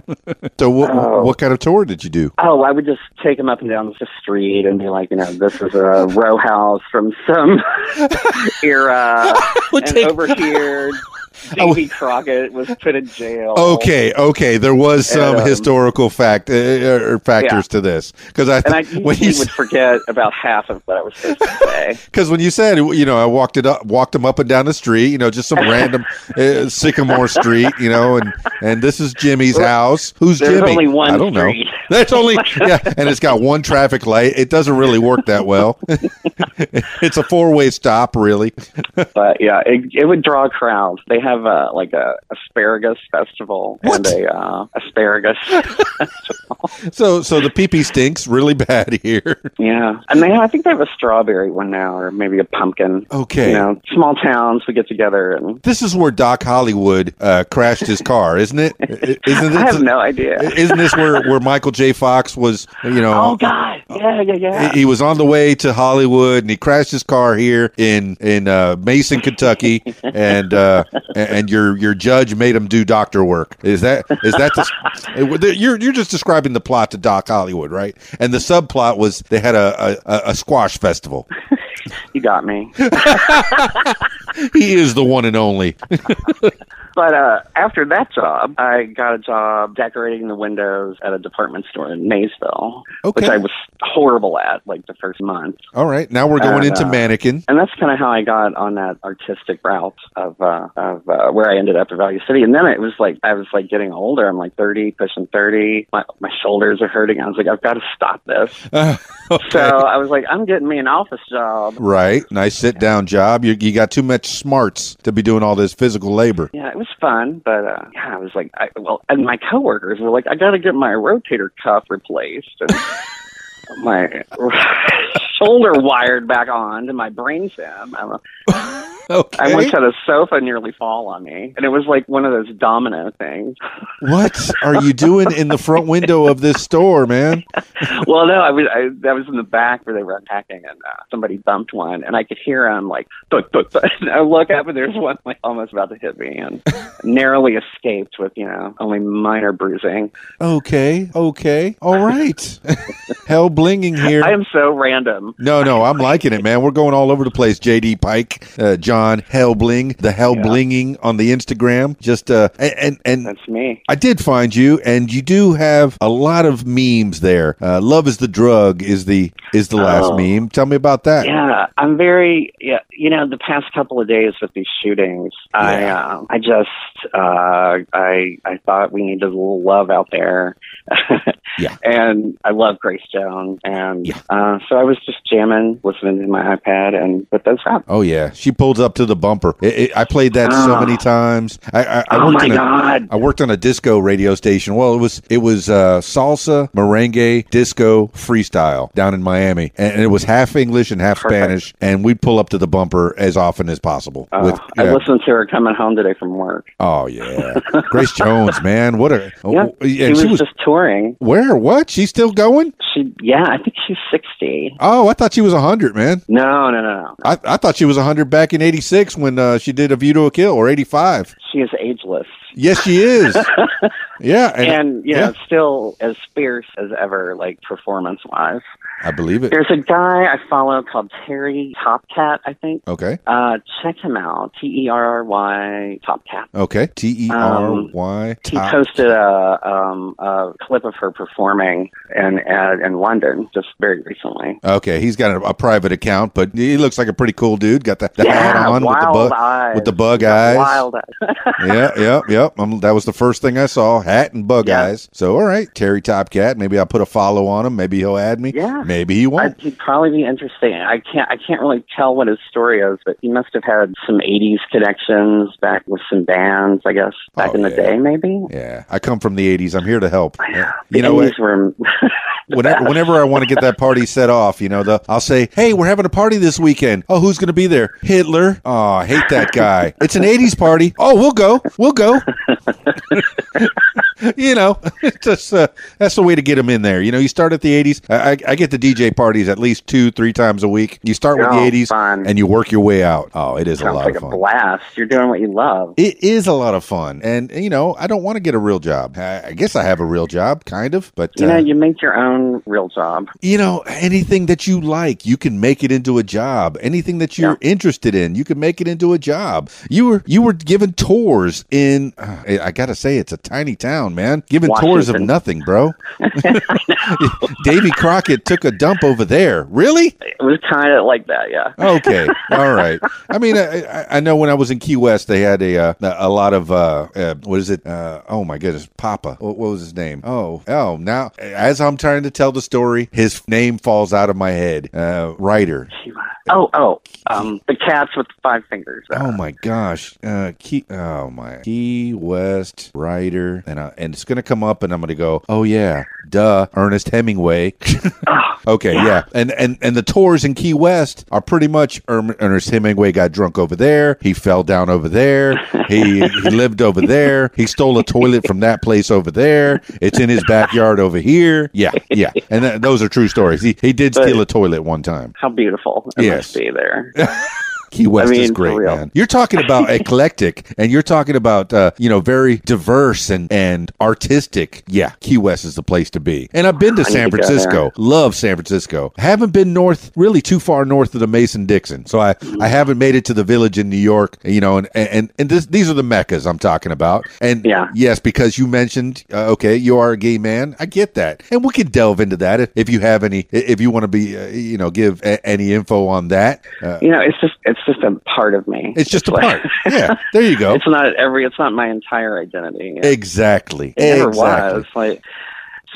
Speaker 1: So what
Speaker 6: Oh.
Speaker 1: what kind of tour did you do?
Speaker 6: Oh, I would just take them up and down the street and be like, you know, this is a row house from some <laughs> era.
Speaker 1: <laughs> would
Speaker 6: and
Speaker 1: take-
Speaker 6: over here,
Speaker 1: <laughs> I would-
Speaker 6: Davy Crockett was put in jail.
Speaker 1: Okay, okay. There was some
Speaker 6: And, Oh. um,
Speaker 1: historical fact uh, or factors to this because I
Speaker 6: And I
Speaker 1: th- <laughs> when
Speaker 6: usually
Speaker 1: you s-
Speaker 6: would forget about half of what I was
Speaker 1: <laughs>
Speaker 6: supposed to say.
Speaker 1: Because when you said, you know, I walked it up, walked them up and down the street, you know, just some random uh, Sycamore Street, you know, and and this is Jimmy's house. Who's
Speaker 6: There's
Speaker 1: Jimmy?
Speaker 6: only one
Speaker 1: I don't <laughs>
Speaker 6: street.
Speaker 1: know. That's
Speaker 6: <laughs>
Speaker 1: only yeah, and it's got one traffic light. It doesn't really work that well. <laughs> it's a four way stop, really.
Speaker 6: But yeah, it, it would draw crowds. They have uh, like a asparagus festival
Speaker 1: What?
Speaker 6: and a uh, asparagus.
Speaker 1: <laughs> So so the pee pee stinks really bad here.
Speaker 6: yeah, and they I think they have a strawberry one now, or maybe a pumpkin.
Speaker 1: Okay.
Speaker 6: You know, small towns we get together and
Speaker 1: This is where Doc Hollywood uh, crashed his car, isn't it? Isn't
Speaker 6: I
Speaker 1: it?
Speaker 6: have
Speaker 1: uh,
Speaker 6: no idea.
Speaker 1: Isn't this where, where Michael J. Fox was, you know,
Speaker 6: oh God! Yeah, yeah, yeah.
Speaker 1: He he was on the way to Hollywood, and he crashed his car here in in uh, Mason, Kentucky, and uh, and and your your judge made him do doctor work. Is that is that the, you're you're just describing the plot to Doc Hollywood, right? And the subplot was they had a a- a, a squash festival.
Speaker 6: you
Speaker 1: <laughs>
Speaker 6: got me.
Speaker 1: He is the one and only.
Speaker 6: But uh, after that job, I got a job decorating the windows at a department store in Maysville, which
Speaker 1: Okay.
Speaker 6: I was horrible at like the first month.
Speaker 1: All right, now we're going
Speaker 6: And,
Speaker 1: into
Speaker 6: uh,
Speaker 1: mannequin. <laughs>
Speaker 6: And that's kind of how I got on that artistic route of uh, of uh, where I ended up at Value City. And then it was like I was like getting older. I'm like 30, pushing 30. My my shoulders are hurting. I was like, I've got to stop
Speaker 1: <laughs>
Speaker 6: this. So I was like, I'm getting me an office job.
Speaker 1: Right, nice sit down job. You, you got too much smarts to be doing all this physical labor.
Speaker 6: Yeah, it was fun, but uh, yeah, I was like, I, well, and my coworkers were like, I got to get my rotator cuff replaced, and <laughs> my shoulder wired back on to my brain stem. I,
Speaker 1: Okay,
Speaker 6: I once had a sofa nearly fall on me, and it was like one of those domino things. <laughs>
Speaker 1: What are you doing in the front window of this store, man?
Speaker 6: well, no, I was I, that was in the back where they were unpacking, and uh, somebody bumped one, and I could hear him like, "Thud, thud, thud." <laughs> And I look up, and there's one like almost about to hit me, and narrowly escaped with you know only minor bruising.
Speaker 1: Okay, okay, all right. <laughs> Hell blinging here.
Speaker 6: I am so random.
Speaker 1: no, no, I'm liking it, man. We're going all over the place. JD Pike, uh, John John Helbling, the Helblinging on the Instagram. Just uh, and and, and
Speaker 6: That's me.
Speaker 1: I did find you, and you do have a lot of memes there. Uh, Love is the drug is the is the last
Speaker 6: Oh.
Speaker 1: meme. Tell me about that.
Speaker 6: Yeah, I'm very yeah. You know, the past couple of days with these shootings, I
Speaker 1: Yeah.
Speaker 6: um, I just uh, I I thought we needed a little love out there. <laughs>
Speaker 1: Yeah.
Speaker 6: And I love Grace Jones, and
Speaker 1: Yeah.
Speaker 6: uh, so I was just jamming, listening to my iPad, and but those up.
Speaker 1: Oh yeah, she pulls up to the bumper. It, it, I played that so
Speaker 6: Ah.
Speaker 1: many times. I, I, I
Speaker 6: oh
Speaker 1: worked
Speaker 6: my
Speaker 1: in a-
Speaker 6: God!
Speaker 1: I worked on a disco radio station. Well, it was it was uh, salsa, merengue, disco, freestyle down in Miami, and, and it was half English and half
Speaker 6: Perfect.
Speaker 1: Spanish. And we'd pull up to the bumper as often as possible.
Speaker 6: Uh,
Speaker 1: with,
Speaker 6: I
Speaker 1: yeah.
Speaker 6: listened to her coming home today from work.
Speaker 1: oh yeah,
Speaker 6: <laughs>
Speaker 1: Grace Jones, man, what a
Speaker 6: Yeah,
Speaker 1: oh, yeah,
Speaker 6: she,
Speaker 1: she
Speaker 6: was,
Speaker 1: was
Speaker 6: just touring.
Speaker 1: where? What? She's still going?
Speaker 6: She yeah, I think she's sixty.
Speaker 1: Oh, I thought she was hundred, man.
Speaker 6: No, no, no, no.
Speaker 1: I, I thought she was hundred back in '86 when uh, she did a View to a Kill, or '85.
Speaker 6: She is ageless.
Speaker 1: Yes, she
Speaker 6: <laughs>
Speaker 1: is. yeah, and, uh,
Speaker 6: and you know,
Speaker 1: yeah.
Speaker 6: it's still as fierce as ever, like performance wise.
Speaker 1: I believe it.
Speaker 6: There's a guy I follow called Terry Topcat, I think.
Speaker 1: Okay.
Speaker 6: Uh, check him out. T E R R Y Topcat.
Speaker 1: Okay. T E R Y.
Speaker 6: Um, He posted a, um, a clip of her performing in uh, in London just very recently.
Speaker 1: Okay, he's got a, a private account, but he looks like a pretty cool dude. Got the, the hat on with the
Speaker 6: wild
Speaker 1: bug
Speaker 6: eyes.
Speaker 1: with the bug eyes.
Speaker 6: Wild e-, <laughs> eyes.
Speaker 1: <laughs> yeah, yeah, yeah. Um, that was the first thing I saw: hat and bug
Speaker 6: Yeah.
Speaker 1: eyes. So, all right, Terry Topcat. Maybe I'll put a follow on him. Maybe he'll add me.
Speaker 6: Yeah.
Speaker 1: Maybe he
Speaker 6: I,
Speaker 1: won't.
Speaker 6: he'd probably be interesting. I can't. I can't really tell what his story is, but he must have had some '80s connections back with some bands, I guess, back
Speaker 1: Oh,
Speaker 6: in the
Speaker 1: yeah.
Speaker 6: day, maybe.
Speaker 1: yeah, I come from the '80s. I'm here to help.
Speaker 6: The
Speaker 1: You know what?
Speaker 6: 80s <laughs> were-
Speaker 1: Whenever, whenever I want to get that party set off, you know, the, I'll say, "Hey, we're having a party this weekend. Oh, who's going to be there? Hitler. Oh, I hate that
Speaker 6: <laughs>
Speaker 1: guy. It's an '80s party. Oh, we'll go. We'll go. <laughs> you know, <laughs> it's just uh, that's the way to get them in there. You know, you start at the '80s. I, I, I get the DJ parties at least two, three times a week. You start with
Speaker 6: Oh,
Speaker 1: the '80s
Speaker 6: fun.
Speaker 1: and you work your way out. Oh, it is a
Speaker 6: sounds
Speaker 1: lot
Speaker 6: like
Speaker 1: of
Speaker 6: a
Speaker 1: fun.
Speaker 6: blast. You're doing what you love.
Speaker 1: It is a lot of fun, and you know, I don't want to get a real job. I, I guess I have a real job, kind of, but
Speaker 6: You
Speaker 1: uh,
Speaker 6: know, you make your own real job.
Speaker 1: you know anything that you like you can make it into a job anything that you're interested in you can make it into a job you were you were given tours in uh, i I gotta say it's a tiny town man given tours of
Speaker 6: Washington.
Speaker 1: nothing bro <laughs> davy crockett took a dump over there really
Speaker 6: It was kind of like that, yeah.
Speaker 1: <laughs> okay all right i mean I, I- I know when i was in key west they had a uh, a lot of uh, uh what is it uh oh my goodness papa what, what was his name oh oh now as i'm trying to tell the story his name falls out of my head uh writer
Speaker 6: Oh, oh, um, the cats with five fingers.
Speaker 1: Oh my gosh, uh, Key, oh my, Key West writer, and I, and it's gonna come up, and I'm gonna go, oh yeah, duh, Ernest Hemingway. <laughs> okay, yeah. and and and the tours in Key West are pretty much Ern- Ernest Hemingway got drunk over there, he fell down over there, he he lived over there, he stole a toilet from that place over there, it's in his backyard over here, yeah, yeah, and th- those are true stories. He he did steal a toilet one time.
Speaker 6: How beautiful it
Speaker 1: Yes.
Speaker 6: must
Speaker 1: <laughs>
Speaker 6: be there.
Speaker 1: Key West
Speaker 6: I mean,
Speaker 1: is
Speaker 6: for
Speaker 1: great,
Speaker 6: real.
Speaker 1: man. You're talking
Speaker 6: <laughs>
Speaker 1: about eclectic, and you're talking about uh, you know very diverse and and artistic. Yeah, Key West is the place to be. And I've been to
Speaker 6: I need
Speaker 1: San
Speaker 6: to go
Speaker 1: Francisco.
Speaker 6: there.
Speaker 1: Love San Francisco. Haven't been north, really too far north of the Mason Dixon. So I
Speaker 6: Mm-hmm.
Speaker 1: I haven't made it to the Village in New York. You know, and and and this, these are the meccas I'm talking about. And
Speaker 6: Yeah.
Speaker 1: yes, because you mentioned uh, okay, you are a gay man. I get that, and we can delve into that if, if you have any, if you want to be, uh, you know, give a, any info on that. Uh,
Speaker 6: You know, it's just it's just a part of me.
Speaker 1: it's just a
Speaker 6: like- <laughs>
Speaker 1: part. Yeah, there you go.
Speaker 6: It's not every. It's not my entire identity. It
Speaker 1: exactly.
Speaker 6: never
Speaker 1: exactly.
Speaker 6: was. Like,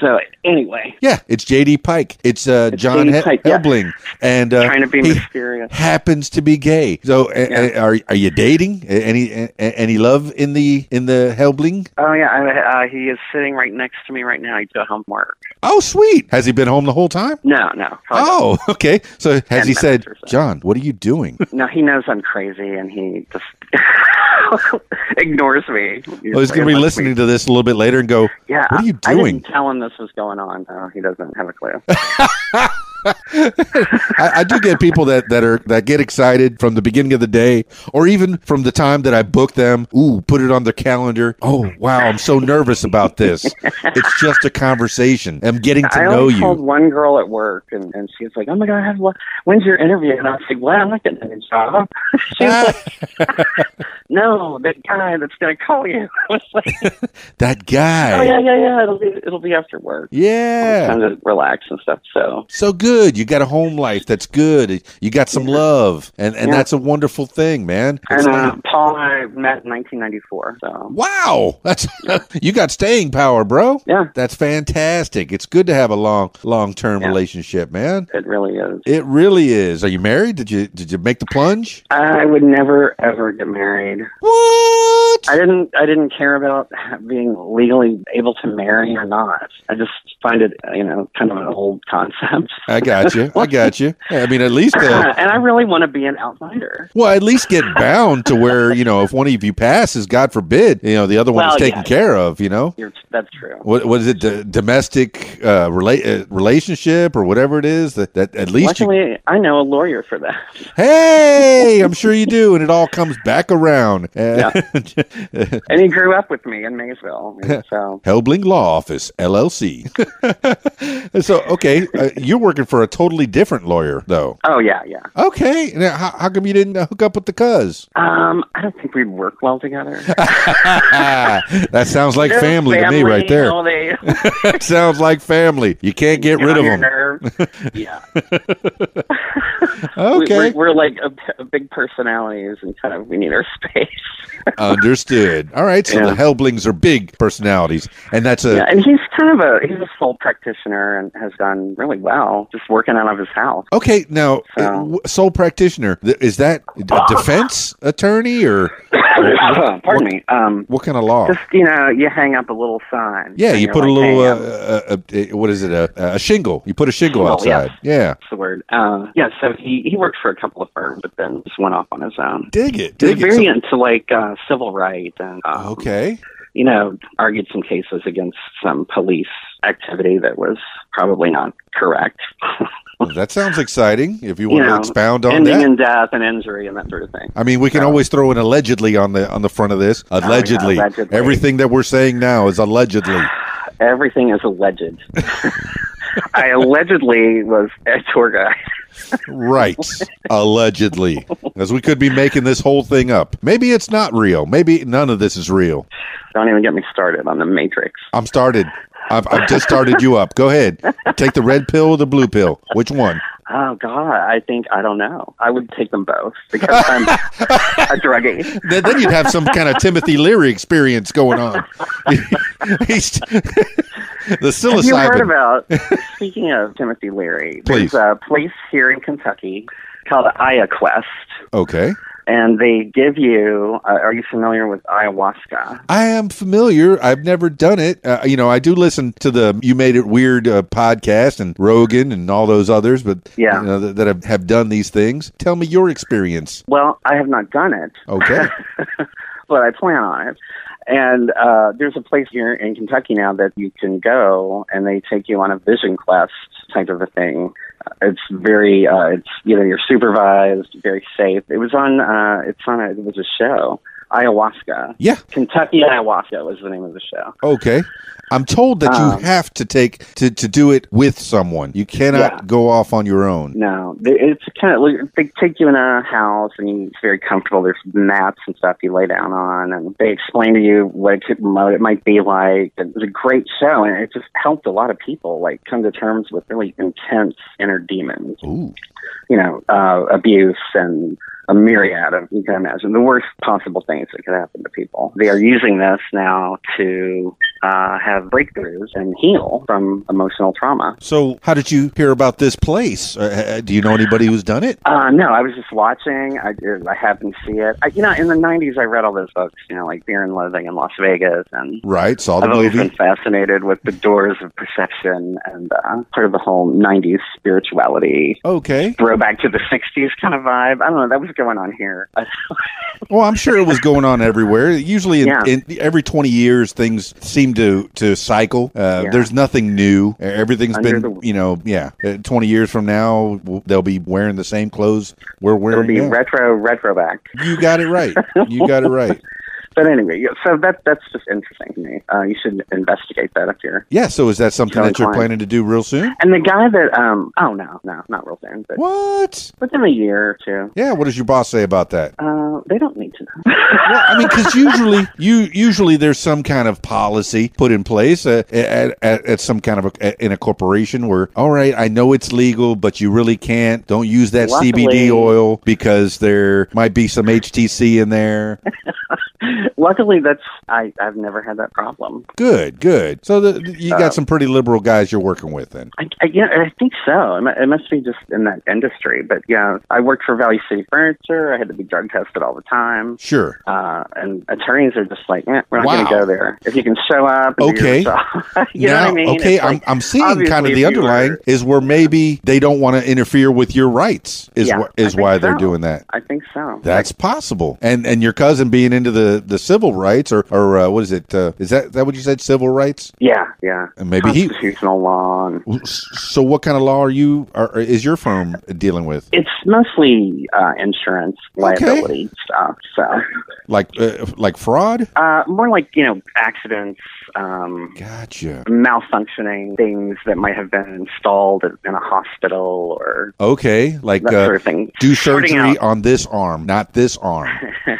Speaker 6: so anyway,
Speaker 1: Yeah, it's J.D. Pike. It's, uh,
Speaker 6: It's
Speaker 1: John
Speaker 6: J.D.
Speaker 1: he-
Speaker 6: Pike, yeah.
Speaker 1: Helbling, and uh,
Speaker 6: trying to be
Speaker 1: he
Speaker 6: mysterious.
Speaker 1: happens to be gay. So, a-
Speaker 6: Yeah.
Speaker 1: a- are are you dating? A- Any a- a- any love in the in the Helbling?
Speaker 6: Oh yeah, I, uh, he is sitting right next to me right now. He's doing homework.
Speaker 1: Oh, sweet. Has he been home the whole time?
Speaker 6: No, no, probably
Speaker 1: Oh, <laughs> okay. So has
Speaker 6: Ten
Speaker 1: he said,
Speaker 6: minutes or so.
Speaker 1: John, what are you doing?
Speaker 6: No, he knows I'm crazy, and he just <laughs> ignores me.
Speaker 1: Well, Oh, he's going to be listening to this a little bit later and go,
Speaker 6: Yeah,
Speaker 1: What are you
Speaker 6: I- I
Speaker 1: doing?
Speaker 6: didn't tell him this was going on. No, he doesn't have a clue.
Speaker 1: I, I do get people that, that are that get excited from the beginning of the day, or even from the time that I book them. Ooh, put it on their calendar. Oh, wow, I'm so nervous about this. It's just a conversation. I'm getting to
Speaker 6: I
Speaker 1: know
Speaker 6: only called
Speaker 1: you.
Speaker 6: one girl at work, and, and she was like, "Oh my god, I have one. When's your interview?" And I was like, "Well, I'm not getting any job." <laughs> she was
Speaker 1: Ah,
Speaker 6: like, "No, that guy that's going to call you." <laughs> I was like,
Speaker 1: that
Speaker 6: "Oh yeah,
Speaker 1: guy.
Speaker 6: yeah, yeah. It'll be it'll be after work."
Speaker 1: Yeah.
Speaker 6: Kind of relax and stuff. So
Speaker 1: So good. You got a home life that's good. You got some love. And and
Speaker 6: Yeah.
Speaker 1: that's a wonderful thing, man. It's
Speaker 6: and uh,
Speaker 1: not-
Speaker 6: Paul and I met in 1994. So
Speaker 1: Wow, <laughs> that's you got staying power, bro.
Speaker 6: Yeah.
Speaker 1: that's fantastic. It's good to have a long, long term
Speaker 6: Yeah.
Speaker 1: relationship, man.
Speaker 6: it really is.
Speaker 1: It really is. Are you married? Did you did you make the plunge?
Speaker 6: I would never ever get married.
Speaker 1: What?
Speaker 6: I didn't. I didn't care about being legally able to marry or not. I just find it, you know, kind of an old concept.
Speaker 1: I got you. I got you. I mean, at
Speaker 6: <laughs>
Speaker 1: least uh,
Speaker 6: and I really want to be an outsider.
Speaker 1: well, at least get bound to where you know if one of you passes, God forbid, you know the other one
Speaker 6: Well,
Speaker 1: is taken
Speaker 6: yeah.
Speaker 1: care of. You know.
Speaker 6: You're, that's true.
Speaker 1: What, what is it? D- domestic uh, rela- uh, relationship or whatever it is that, that at least you
Speaker 6: Luckily, I know a lawyer for that.
Speaker 1: <laughs> Hey, I'm sure you do, and it all comes back
Speaker 6: <laughs>
Speaker 1: around. Uh, <laughs>
Speaker 6: And he grew up with me in Maysville. So,
Speaker 1: Helbling Law Office LLC. <laughs> so, okay, uh, you're working for a totally different lawyer, though.
Speaker 6: oh, yeah, yeah.
Speaker 1: Okay, now, how, how come you didn't hook up with the cuz?
Speaker 6: Um, I don't think we'd work well together.
Speaker 1: Ah, that sounds <laughs> like family, to me, right there.
Speaker 6: Oh, they
Speaker 1: sounds like family. You can't <laughs>
Speaker 6: <laughs>
Speaker 1: get rid of them. <laughs>
Speaker 6: them. Yeah. We- <laughs>
Speaker 1: Okay,
Speaker 6: We're, we're like a, a big personalities and kind of we need our <laughs> space.
Speaker 1: understood. All right, so the
Speaker 6: Yeah.
Speaker 1: Helblings are big personalities, and that's a
Speaker 6: yeah, and he's kind of a he's a sole practitioner and has done really well just working out of his house. <coughs>
Speaker 1: Okay, now
Speaker 6: So-
Speaker 1: uh, w- sole practitioner th- is that
Speaker 6: <laughs>
Speaker 1: a defense attorney or
Speaker 6: Pardon me. Um,
Speaker 1: what kind of law?
Speaker 6: just you know, you hang up a little sign.
Speaker 1: Oh. Yeah,
Speaker 6: And
Speaker 1: you
Speaker 6: you're
Speaker 1: put a
Speaker 6: like,
Speaker 1: little
Speaker 6: hey,
Speaker 1: uh,
Speaker 6: um,
Speaker 1: uh, uh, uh, what is it a, a shingle? You put a shingle
Speaker 6: Shingle,
Speaker 1: outside. Yeah,
Speaker 6: That's the word. Uh, yeah, so he, he worked for a couple of firms, but then just went off on his own.
Speaker 1: dig it,
Speaker 6: He was
Speaker 1: dig it.
Speaker 6: very into like uh, civil rights and,
Speaker 1: So-
Speaker 6: um,
Speaker 1: okay,
Speaker 6: you know, argued some cases against some police activity that was probably not correct.
Speaker 1: Well, that sounds exciting. If you
Speaker 6: You
Speaker 1: want to
Speaker 6: know,
Speaker 1: expound on
Speaker 6: <laughs> Ending
Speaker 1: that.
Speaker 6: in death and injury and that sort of thing.
Speaker 1: I mean, we can
Speaker 6: No. Oh,
Speaker 1: always throw an allegedly on the on the front of this.
Speaker 6: yeah,
Speaker 1: Allegedly,
Speaker 6: allegedly.
Speaker 1: everything that we're saying now is allegedly.
Speaker 6: Everything is alleged. <laughs> I allegedly was a tour guide. <laughs>
Speaker 1: Right. Allegedly. Because we could be making this whole thing up. Maybe it's not real. Maybe none of this is real.
Speaker 6: Don't even get me started on the Matrix.
Speaker 1: I'm started. I've, I've just started you up. Go ahead. Take the red pill or the blue pill. Which one?
Speaker 6: Oh God, I think I don't know. I would take them both because I'm a druggie.
Speaker 1: Then, then you'd have some kind of Timothy Leary experience going on. <laughs> He's- <laughs> the
Speaker 6: Have you heard
Speaker 1: psilocybin.
Speaker 6: about? Speaking of Timothy Leary,
Speaker 1: Please.
Speaker 6: there's a place here in Kentucky called IaQuest,
Speaker 1: okay.
Speaker 6: and they give you. Uh, are you familiar with ayahuasca?
Speaker 1: I am familiar. I've never done it. Uh, you know, I do listen to the You Made It Weird uh, podcast and Rogan and all those others, but
Speaker 6: Yeah.
Speaker 1: you know, that, that have, have done these things. Tell me your experience.
Speaker 6: Well, I have not done it, <laughs>
Speaker 1: Okay.
Speaker 6: but I plan on it. And uh, there's a place here in Kentucky now that you can go, and they take you on a vision quest type of a thing. Uh, It's very, uh, it's you know, you're supervised, very safe. It was on, uh, it's on, a, it was a show, ayahuasca.
Speaker 1: yeah.
Speaker 6: Kentucky ayahuasca was the name of the show.
Speaker 1: Okay. I'm told that
Speaker 6: Um,
Speaker 1: you have to take to, to do it with someone. You cannot
Speaker 6: Yeah.
Speaker 1: go off on your own.
Speaker 6: No, th- it's kind of they take you in a house and you- it's very comfortable. There's mats and stuff you lay down on, and they explain to you what it could, what it might be like. And It was a great show, and it just helped a lot of people like come to terms with really intense inner demons.
Speaker 1: Ooh.
Speaker 6: You know, uh, abuse and a myriad of you can imagine the worst possible things that could happen to people. They are using this now to uh, have breakthroughs and heal from emotional trauma.
Speaker 1: So, how did you hear about this place? Uh, uh, do you know anybody who's done it?
Speaker 6: Uh, no, I was just watching. I, I happened to see it. I, you know, in the '90s, I read all those books. You know, like Fear and Loathing in Las Vegas, and
Speaker 1: Right. Saw the
Speaker 6: I've always been
Speaker 1: movie.
Speaker 6: fascinated with the doors of perception and uh, sort of the whole '90s spirituality.
Speaker 1: Okay.
Speaker 6: Throwback to the '60s kind of vibe. I don't know. That was going on here.
Speaker 1: Well, I'm sure it was going on everywhere. Usually, in,
Speaker 6: Yeah.
Speaker 1: in every 20 years, things seem seem to to cycle. Uh,
Speaker 6: Yeah.
Speaker 1: There's nothing new. Everything's
Speaker 6: Under
Speaker 1: been,
Speaker 6: the-
Speaker 1: you know, yeah. Uh, Twenty years from now, w- they'll be wearing the same clothes we're
Speaker 6: It'll
Speaker 1: wearing.
Speaker 6: be
Speaker 1: now.
Speaker 6: retro, retro back.
Speaker 1: you got it right. You got it
Speaker 6: <laughs>
Speaker 1: right.
Speaker 6: But anyway, yeah, so that that's just interesting to me. Uh, you should investigate that if you're.
Speaker 1: Yeah. So is that something
Speaker 6: Shall we
Speaker 1: that you're
Speaker 6: climb?
Speaker 1: planning to do real soon?
Speaker 6: And the guy that um oh no no not real soon but
Speaker 1: What?
Speaker 6: within a year or two
Speaker 1: Yeah. What does your boss say about that?
Speaker 6: uh they don't need to know.
Speaker 1: Well, I mean, because usually, you usually there's some kind of policy put in place uh, at, at, at some kind of a, in a corporation where, all right, I know it's legal, but you really can't. Don't use that CBD
Speaker 6: Luckily-
Speaker 1: oil because there might be some HTC in there.
Speaker 6: <laughs> Luckily, that's I I've never had that problem.
Speaker 1: Good, good. So the, you got
Speaker 6: Um,
Speaker 1: some pretty liberal guys you're working with then.
Speaker 6: I, I, yeah, I think so. It mu- It must be just in that industry. But yeah, I worked for Valley City Furniture. I had to be drug tested all the time.
Speaker 1: Sure.
Speaker 6: Uh, and attorneys are just like, eh, we're not
Speaker 1: Wow.
Speaker 6: going to go there. If you can show up, and do your
Speaker 1: Okay.
Speaker 6: job." <laughs> you know
Speaker 1: Now-
Speaker 6: what I mean?
Speaker 1: Okay,
Speaker 6: It's
Speaker 1: I'm,
Speaker 6: like,
Speaker 1: I'm seeing
Speaker 6: obviously,
Speaker 1: kind of
Speaker 6: if
Speaker 1: the
Speaker 6: you
Speaker 1: underlying
Speaker 6: were-
Speaker 1: is where maybe they don't want to interfere with your rights is
Speaker 6: Yeah,
Speaker 1: wh-
Speaker 6: I
Speaker 1: is
Speaker 6: think
Speaker 1: why they're
Speaker 6: so.
Speaker 1: doing that.
Speaker 6: I think so.
Speaker 1: That's possible. And and your cousin being into the, the civil rights or or uh, what is it? Uh, is that that what you said? Civil rights?
Speaker 6: yeah, yeah.
Speaker 1: And maybe he-
Speaker 6: constitutional law. And
Speaker 1: So what kind of law are you? Are, is your firm dealing with?
Speaker 6: it's mostly uh, insurance liability stuff. So
Speaker 1: Like uh, like fraud?
Speaker 6: uh, more like you know accidents. Um,
Speaker 1: Gotcha.
Speaker 6: malfunctioning things that might have been installed in a hospital or
Speaker 1: Okay, like
Speaker 6: that
Speaker 1: uh,
Speaker 6: sort of thing.
Speaker 1: do
Speaker 6: Sorting
Speaker 1: surgery
Speaker 6: out.
Speaker 1: on this arm, not this arm.
Speaker 6: <laughs>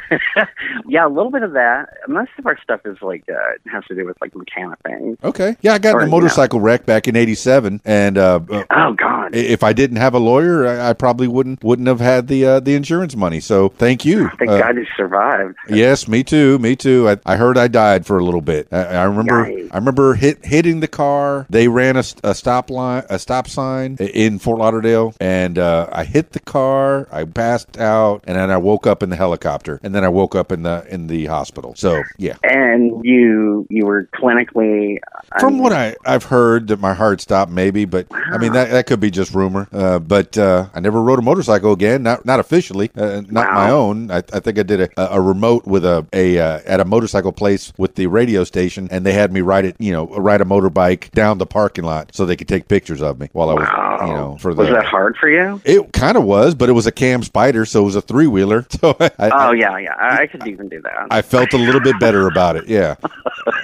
Speaker 6: yeah, a little bit of that. Most of our stuff is like uh, has to do with like mechanic things.
Speaker 1: Okay. Yeah, I got
Speaker 6: Or,
Speaker 1: in a
Speaker 6: you know.
Speaker 1: motorcycle wreck back in '87, and uh, uh,
Speaker 6: Oh God,
Speaker 1: i- if I didn't have a lawyer, I, I probably wouldn't wouldn't have had the uh, the insurance money. So thank you.
Speaker 6: thank
Speaker 1: Uh,
Speaker 6: God you survived.
Speaker 1: Yes, me too. Me too. I, I heard I died for a little bit. I, I remember.
Speaker 6: Yikes.
Speaker 1: I remember hit, hitting the car. They ran a, s- a stop line, a stop sign i- in Fort Lauderdale, and uh, I hit the car. I passed out, and then I woke up in the helicopter, and then I woke up in the in the hospital. So yeah.
Speaker 6: And you you were clinically um,
Speaker 1: From what I, I've heard, that my heart stopped, maybe, but I mean that, that could be just rumor. Uh, but uh, I never rode a motorcycle again, not not officially, uh, not my
Speaker 6: Wow.
Speaker 1: own. I, I think I did a, a remote with a a uh, at a motorcycle place with the radio station, and they had me ride it, you know, ride a motorbike down the parking lot so they could take pictures of me while I was,
Speaker 6: wow.
Speaker 1: you know, for the.
Speaker 6: oh, was that hard for you?
Speaker 1: it kind of was, but it was a cam spider, so it was a three wheeler. <laughs> So I, I,
Speaker 6: Oh yeah, yeah. I, I could even do that.
Speaker 1: Uh, I felt a little bit better about it. Yeah,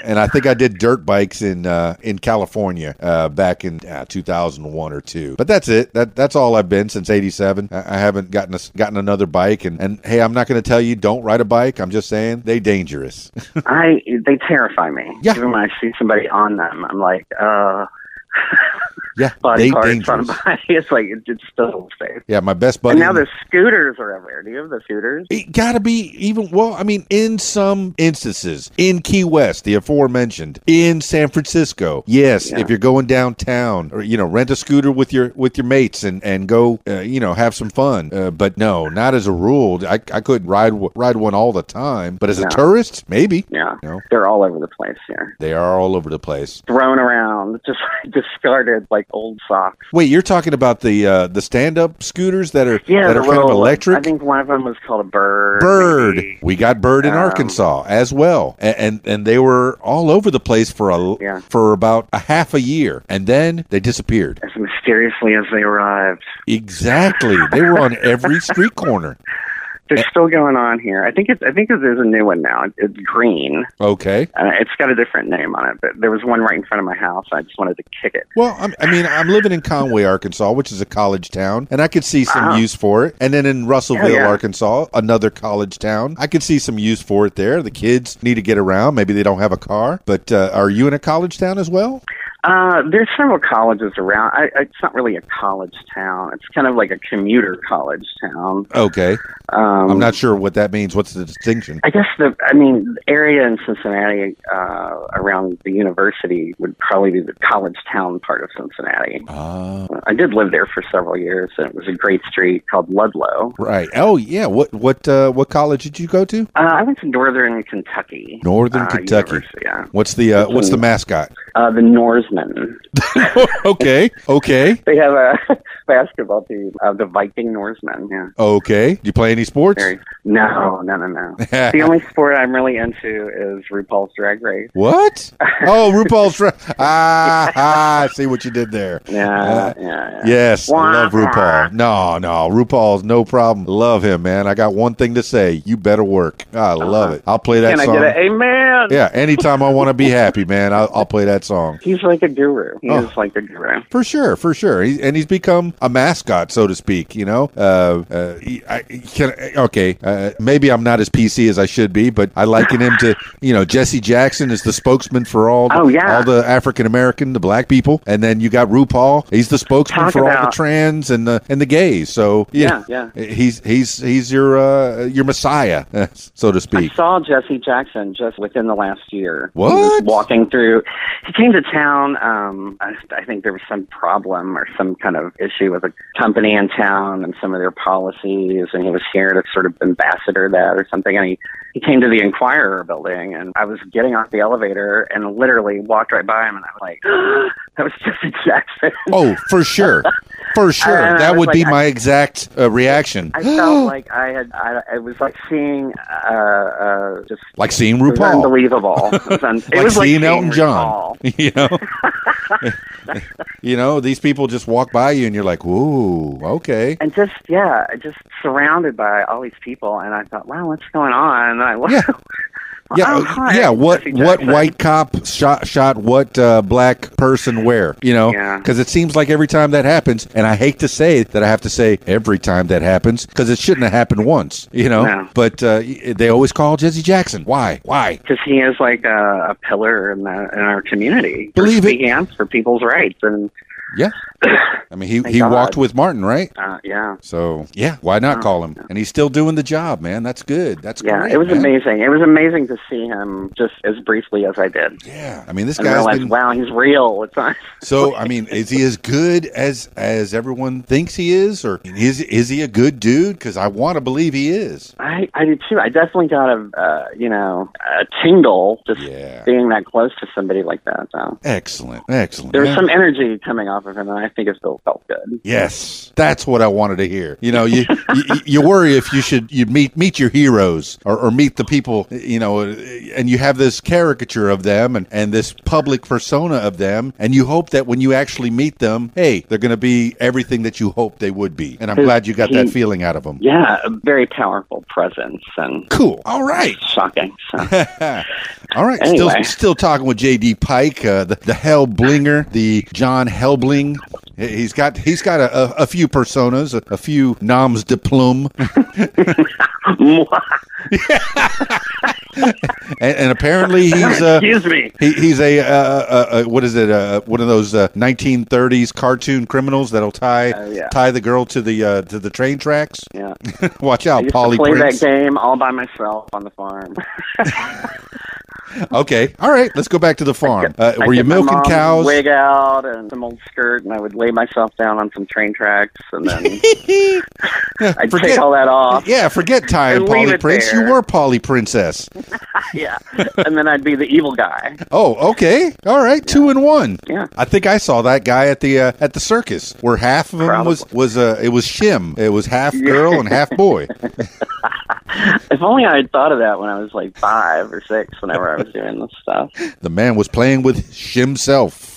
Speaker 1: and I think I did dirt bikes in uh, in California uh, back in uh, 2001 or two. But that's it. That that's all I've been since '87. I, I haven't gotten a, gotten another bike. And and hey, I'm not going to tell you don't ride a bike. I'm just saying they dangerous. <laughs>
Speaker 6: I they terrify me.
Speaker 1: Yeah.
Speaker 6: Even when I see somebody on them, I'm like, uh,
Speaker 1: yeah,
Speaker 6: body
Speaker 1: they
Speaker 6: parts on a
Speaker 1: dangerous.
Speaker 6: bike. <laughs> It's like it just doesn't look safe.
Speaker 1: Yeah, my best buddy.
Speaker 6: And now the scooters are everywhere. Do you have the scooters?
Speaker 1: It got to be even well. I mean, in some instances, in Key West, the aforementioned, in San Francisco, yes,
Speaker 6: Yeah.
Speaker 1: if you're going downtown, or you know, rent a scooter with your with your mates and and go, uh, you know, have some fun. Uh, but no, not as a rule. I, I couldn't ride w- ride one all the time. But as a
Speaker 6: No.
Speaker 1: tourist, maybe
Speaker 6: Yeah.
Speaker 1: No.
Speaker 6: They're all over the place here.
Speaker 1: they are all over the place.
Speaker 6: Thrown around, <laughs> just discarded like old socks.
Speaker 1: Wait, you're talking about the uh, the stand up scooters that are
Speaker 6: Yeah,
Speaker 1: that
Speaker 6: the
Speaker 1: are kind of
Speaker 6: little-
Speaker 1: electric.
Speaker 6: I think one of them was called a bird.
Speaker 1: Bird.
Speaker 6: maybe.
Speaker 1: We got Bird in
Speaker 6: Um,
Speaker 1: Arkansas as well, and, and and they were all over the place for a
Speaker 6: Yeah.
Speaker 1: for about a half a year, and then they disappeared.
Speaker 6: As mysteriously as they arrived.
Speaker 1: Exactly, they were on every street corner.
Speaker 6: They're still going on here. I think it's. I think there's a new one now. It's green.
Speaker 1: Okay.
Speaker 6: Uh, it's got a different name on it, but there was one right in front of my house. I just wanted to kick it.
Speaker 1: Well, I'm, I mean, I'm living in Conway, Arkansas, which is a college town, and I could see some
Speaker 6: Wow.
Speaker 1: use for it. And then in Russellville,
Speaker 6: Uh-huh. yeah.
Speaker 1: Arkansas, another college town, I could see some use for it there. The kids need to get around. Maybe they don't have a car. But uh, are you in a college town as well?
Speaker 6: Uh, there's several colleges around. I, I, it's not really a college town. It's kind of like a commuter college town.
Speaker 1: Okay.
Speaker 6: Um,
Speaker 1: I'm not sure what that means. What's the distinction?
Speaker 6: I guess the I mean the area in Cincinnati uh, around the university would probably be the college town part of Cincinnati.
Speaker 1: Ah,
Speaker 6: I did live there for several years, and it was a great street called Ludlow.
Speaker 1: Right. Oh yeah. What what uh, what college did you go to?
Speaker 6: Uh, I went to Northern Kentucky.
Speaker 1: Northern
Speaker 6: uh,
Speaker 1: Kentucky.
Speaker 6: University, Yeah,
Speaker 1: What's the uh, what's the mascot? <laughs>
Speaker 6: uh, the Norsemen.
Speaker 1: okay. Okay.
Speaker 6: They have a <laughs> basketball team, uh, the Viking Norsemen. Yeah.
Speaker 1: Okay. Do you play any sports?
Speaker 6: Very, no, no, no, no. the only sport I'm really into is RuPaul's Drag Race.
Speaker 1: <laughs> What? Oh, RuPaul's. Dra- ah, ah, I see what you did
Speaker 6: <laughs>
Speaker 1: there.
Speaker 6: Yeah,
Speaker 1: Uh,
Speaker 6: yeah, yeah.
Speaker 1: Yes, I love
Speaker 6: Wah, wah.
Speaker 1: RuPaul. No, no, RuPaul's no problem. Love him, man. I got one thing to say. You better work. I love it. I'll play that
Speaker 6: Uh-huh. Can I
Speaker 1: song.
Speaker 6: get an amen?
Speaker 1: Yeah, anytime I want to be happy, man, I'll, I'll play that song.
Speaker 6: He's like a guru. He
Speaker 1: Oh.
Speaker 6: is like a guru.
Speaker 1: For sure, for sure. He, and he's become a mascot, so to speak, you know? Uh, uh, he- I, can, okay, uh, maybe I'm not as PC as I should be, but I liken him to, you know, Jesse Jackson is the spokesman for all the,
Speaker 6: Oh, yeah.
Speaker 1: all the African American, the black people. And then you got RuPaul. He's the spokesman
Speaker 6: Talk
Speaker 1: for all the
Speaker 6: about-
Speaker 1: trans and the, and the gays. So, you
Speaker 6: Yeah,
Speaker 1: know,
Speaker 6: yeah.
Speaker 1: He's he's he's your uh, your messiah, <laughs> eh, so to speak.
Speaker 6: I saw Jesse Jackson just within the last year.
Speaker 1: What?
Speaker 6: He was walking through. He came to town. Um, I, I think there was some problem or some kind of issue with a company in town and some of their policies, and he was here to sort of ambassador that or something. And he, he came to the Inquirer building, and I was getting off the elevator and literally walked right by him, and I was like, <gasps> that was Jesse Jackson. <laughs>
Speaker 1: Oh, for sure. For sure.
Speaker 6: I
Speaker 1: that
Speaker 6: was
Speaker 1: would
Speaker 6: like,
Speaker 1: be
Speaker 6: I-
Speaker 1: my exact uh, reaction. <gasps>
Speaker 6: I felt like I had, I, it was like seeing, uh, uh, just
Speaker 1: like seeing
Speaker 6: It was
Speaker 1: RuPaul. <laughs>
Speaker 6: unbelievable. It was, un- it
Speaker 1: Like
Speaker 6: was like
Speaker 1: seeing Elton John.
Speaker 6: RuPaul.
Speaker 1: <laughs> You know? you know, these people just walk by you and you're like, whoa, okay.
Speaker 6: And just yeah, just surrounded by all these people, and I thought, wow, what's going on? And I <laughs>
Speaker 1: Yeah. Yeah,
Speaker 6: Oh,
Speaker 1: uh,
Speaker 6: hi,
Speaker 1: yeah.
Speaker 6: I'm
Speaker 1: What
Speaker 6: Jesse
Speaker 1: what
Speaker 6: Jackson.
Speaker 1: white cop shot shot what uh, black person where? You know,
Speaker 6: Yeah.
Speaker 1: because it seems like every time that happens, and I hate to say that I have to say every time that happens because it shouldn't have happened once. You know,
Speaker 6: No.
Speaker 1: but uh, y- they always call Jesse Jackson. Why? Why?
Speaker 6: because he is like a, a pillar in the in our community.
Speaker 1: Believe
Speaker 6: for
Speaker 1: it.
Speaker 6: speaking out for people's rights, and
Speaker 1: Yeah. I mean, he
Speaker 6: Thank
Speaker 1: he
Speaker 6: God.
Speaker 1: walked with Martin, right?
Speaker 6: uh, yeah.
Speaker 1: So yeah, why not call him? And he's still doing the job, man. That's good. That's
Speaker 6: Yeah,
Speaker 1: great,
Speaker 6: it was
Speaker 1: man.
Speaker 6: amazing. It was amazing to see him just as briefly as I did,
Speaker 1: Yeah, I mean, this
Speaker 6: and
Speaker 1: guy's
Speaker 6: realize,
Speaker 1: been
Speaker 6: wow, he's real. It's not.
Speaker 1: So I mean, is he as good as as everyone thinks he is, or is is he a good dude? Because I want to believe he is.
Speaker 6: I I did too. I definitely got a uh, you know a tingle just
Speaker 1: Yeah.
Speaker 6: being that close to somebody like that. So
Speaker 1: Excellent, excellent.
Speaker 6: There was
Speaker 1: Yeah.
Speaker 6: some energy coming off of him, and I think it still felt good.
Speaker 1: Yes, that's what I wanted to hear. You know, you <laughs> you, you worry if you should you meet meet your heroes or, or meet the people you know, and you have this caricature of them and and this public persona of them, and you hope that when you actually meet them, hey, they're going to be everything that you hope they would be. And I'm glad you got that
Speaker 6: He-
Speaker 1: feeling out of them.
Speaker 6: Yeah, a very powerful presence and
Speaker 1: Cool. All right.
Speaker 6: shocking. So.
Speaker 1: <laughs> All right, still
Speaker 6: Anyway.
Speaker 1: still talking with JD Pike, uh, the the Hellblinger, the John Hellbling. He- He's got he's got a, a, a few personas, a, a few noms de plume, <laughs>
Speaker 6: Mwah.
Speaker 1: and, and apparently he's uh,
Speaker 6: <laughs> Excuse me.
Speaker 1: he, he's a, uh, uh, uh, what is it? Uh, one of those uh, 1930s cartoon criminals that'll tie
Speaker 6: Oh, yeah.
Speaker 1: tie the girl to the uh, to the train tracks. <laughs>
Speaker 6: Yeah,
Speaker 1: Watch
Speaker 6: I
Speaker 1: out,
Speaker 6: used
Speaker 1: Polly
Speaker 6: to play
Speaker 1: Prince.
Speaker 6: that game all by myself on the farm.
Speaker 1: Uh,
Speaker 6: <laughs>
Speaker 1: Okay, all right, let's go back to the farm. Uh,
Speaker 6: I'd
Speaker 1: were you
Speaker 6: get my
Speaker 1: milking
Speaker 6: mom's
Speaker 1: cows?
Speaker 6: Wig out and some old skirt, and I would lay myself down on some train tracks, and
Speaker 1: <laughs>
Speaker 6: then I'd
Speaker 1: Forget-
Speaker 6: take all that off.
Speaker 1: Yeah, forget tying
Speaker 6: And <laughs> leave
Speaker 1: Polly
Speaker 6: it
Speaker 1: Prince. You
Speaker 6: there.
Speaker 1: were Polly Princess.
Speaker 6: Yeah, and then I'd be the evil guy.
Speaker 1: Oh, okay. All right, two and one.
Speaker 6: Yeah.
Speaker 1: I think I saw that guy at the uh, at the circus where half of him was was uh, it was Shim. It was half girl and half
Speaker 6: <laughs>
Speaker 1: boy.
Speaker 6: If only I had thought of that when I was like five or six, whenever I was doing this stuff.
Speaker 1: The man was playing with
Speaker 6: <laughs>
Speaker 1: Shimself.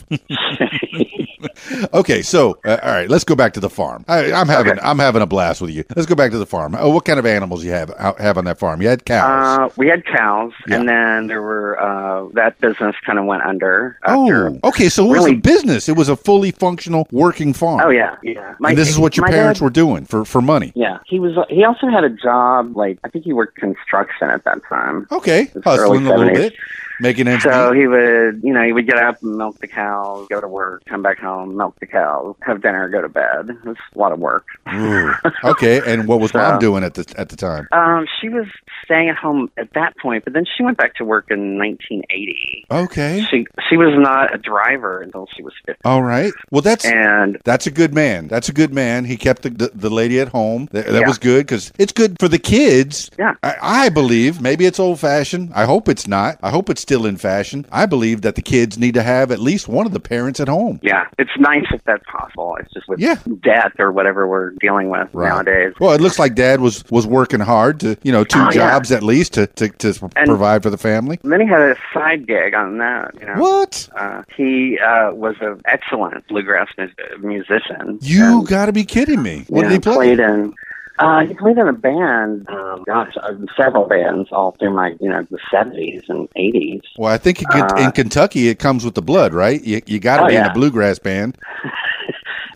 Speaker 1: okay, so uh, all right, let's go back to the farm. I, I'm having I'm having a blast with you. Let's go back to the farm. Oh, what kind of animals you have out- have on that farm? You had cows.
Speaker 6: Uh, we had cows,
Speaker 1: Yeah.
Speaker 6: and then there were uh, that business kind of went under. after-
Speaker 1: oh, okay. So it was a
Speaker 6: really-
Speaker 1: business. It was a fully functional working farm.
Speaker 6: oh yeah, yeah.
Speaker 1: and this is what your
Speaker 6: my
Speaker 1: parents
Speaker 6: dad-
Speaker 1: were doing for for money.
Speaker 6: Yeah, he was. He also had a job. Like I think he worked construction at that time.
Speaker 1: Okay,
Speaker 6: It's
Speaker 1: hustling
Speaker 6: early
Speaker 1: a little
Speaker 6: 70s.
Speaker 1: bit, making ends
Speaker 6: So
Speaker 1: meet.
Speaker 6: he would, you know, he would get up and milk the cows, go to work, come back home, milk the cows, have dinner, go to bed. It was a lot of work.
Speaker 1: Ooh. Okay, and what
Speaker 6: <laughs>
Speaker 1: was mom doing at the at the time?
Speaker 6: Um, she was staying at home at that point, but then she went back to work in 1980.
Speaker 1: Okay,
Speaker 6: She she was not a driver until she was 50.
Speaker 1: all right. Well, that's.
Speaker 6: And
Speaker 1: that's a good man. That's a good man. He kept the, the, the lady at home. That, that
Speaker 6: Yeah.
Speaker 1: was good because it's good for the kids.
Speaker 6: Yeah.
Speaker 1: I, I believe maybe it's old fashioned. I hope it's not. I hope it's still in fashion, I believe that the kids need to have at least one of the parents at home.
Speaker 6: Yeah, it's nice if that's possible. It's just with
Speaker 1: Yeah.
Speaker 6: death or whatever we're dealing with
Speaker 1: Right.
Speaker 6: nowadays.
Speaker 1: Well, it looks like dad was was working hard to, you know, two
Speaker 6: Oh, yeah.
Speaker 1: jobs at least to to, to
Speaker 6: And-
Speaker 1: provide for the family.
Speaker 6: And then he had a side gig on that. You know?
Speaker 1: What?
Speaker 6: Uh, he uh, was an excellent bluegrass mu- musician.
Speaker 1: You
Speaker 6: And,
Speaker 1: got to be kidding me. What
Speaker 6: you
Speaker 1: did he
Speaker 6: know,
Speaker 1: play?
Speaker 6: Played in. Uh, he played in a band. Um, gosh, uh, several bands all through my, you know, the seventies and eighties.
Speaker 1: Well, I think it could, in Kentucky it comes with the blood, right? You, you got to
Speaker 6: Uh, Oh,
Speaker 1: be in
Speaker 6: yeah.
Speaker 1: a bluegrass band.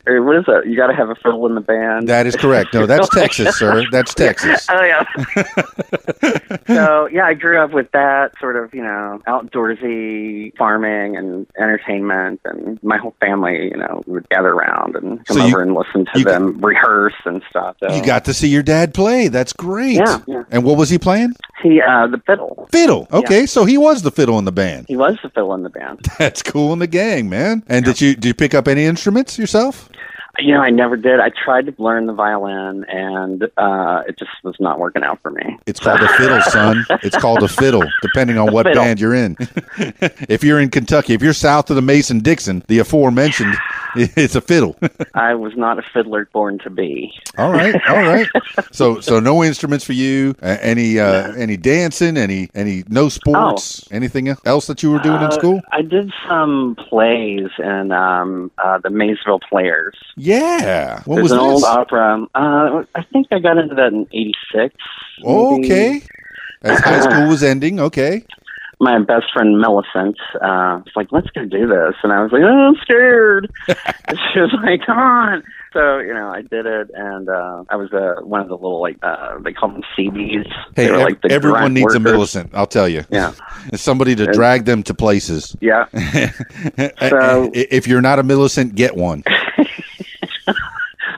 Speaker 6: Or what is that? You got to have a fiddle in the band.
Speaker 1: That is correct.
Speaker 6: <laughs>
Speaker 1: No, that's Texas, sir. That's Texas. <laughs>
Speaker 6: Oh yeah. so yeah, I grew up with that sort of you know outdoorsy farming and entertainment, and my whole family you know would gather around and come
Speaker 1: So you-
Speaker 6: over and listen to
Speaker 1: you-
Speaker 6: them rehearse and stuff. So.
Speaker 1: You got to see your dad play. That's great.
Speaker 6: Oh. Yeah, yeah.
Speaker 1: And what was he playing?
Speaker 6: he uh, the fiddle.
Speaker 1: Fiddle. Okay, so he was the fiddle in the band. <laughs>
Speaker 6: He was the fiddle in the band.
Speaker 1: That's cool in the gang, man. And did you did you pick up any instruments yourself?
Speaker 6: You know, I never did. I tried to learn the violin, and uh, it just was not working out
Speaker 1: <laughs>
Speaker 6: for me.
Speaker 1: It's called a
Speaker 6: <laughs>
Speaker 1: fiddle, son. It's called a fiddle, depending on what
Speaker 6: Fiddle.
Speaker 1: band you're in. <laughs> if you're in Kentucky, if you're south of the Mason Dixon, the aforementioned, <laughs> it's a fiddle.
Speaker 6: I was not a fiddler born to be.
Speaker 1: all right,
Speaker 6: <laughs>
Speaker 1: all right. So, so no instruments for you. Uh, any, uh, any dancing? Any, any no sports? Anything else that you were doing in
Speaker 6: Oh. Uh,
Speaker 1: school?
Speaker 6: I did some plays in um, uh, the Maysville Players.
Speaker 1: Yeah. What
Speaker 6: There's
Speaker 1: was
Speaker 6: an old
Speaker 1: this?
Speaker 6: opera. Uh, I think I got into that in '86. maybe.
Speaker 1: Oh, Okay. As high
Speaker 6: <laughs>
Speaker 1: school was ending, okay.
Speaker 6: My best friend Millicent uh, was like, "Let's go do this," and I was like, "Oh, I'm
Speaker 1: <laughs>
Speaker 6: scared." And she was like, "Come on." So you know, I did it, and uh, I was uh, one of the little like uh, they call them CBs.
Speaker 1: Hey,
Speaker 6: they were,
Speaker 1: ev-
Speaker 6: like the
Speaker 1: everyone
Speaker 6: grunt
Speaker 1: needs a
Speaker 6: workers.
Speaker 1: Millicent. I'll tell you.
Speaker 6: Yeah,
Speaker 1: <laughs> It's somebody to drag them to places. <laughs>
Speaker 6: yeah.
Speaker 1: I- if you're not a Millicent, get one.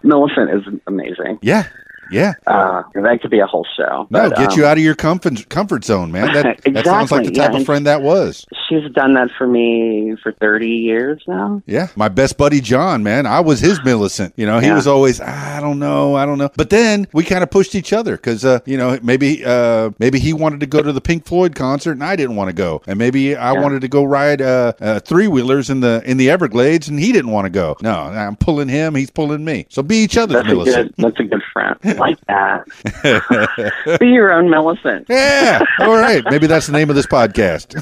Speaker 6: Millicent is amazing.
Speaker 1: Yeah, yeah.
Speaker 6: Uh, that could be a whole show.
Speaker 1: No,
Speaker 6: But,
Speaker 1: get
Speaker 6: um,
Speaker 1: you out of your comfort comfort zone, man. That that sounds like the
Speaker 6: Exactly,
Speaker 1: type
Speaker 6: yeah,
Speaker 1: of
Speaker 6: and-
Speaker 1: friend that was.
Speaker 6: She's done that for me for 30 years now.
Speaker 1: Yeah, my best buddy John, man. I was his Millicent. You know, he
Speaker 6: Yeah.
Speaker 1: was always "Ah, I don't know, I don't know. But then we kind of pushed each other because uh, you know maybe uh, maybe he wanted to go to the Pink Floyd concert and I didn't want to go, and maybe I
Speaker 6: Yeah.
Speaker 1: wanted to go ride uh, uh, three wheelers in the in the Everglades and he didn't want to go. No, I'm pulling him, he's pulling me. So be each other's
Speaker 6: That's a
Speaker 1: Millicent.
Speaker 6: good. That's a good friend. Like that.
Speaker 1: <laughs>
Speaker 6: Be your own Millicent.
Speaker 1: Yeah. All right. Maybe that's the name of this podcast.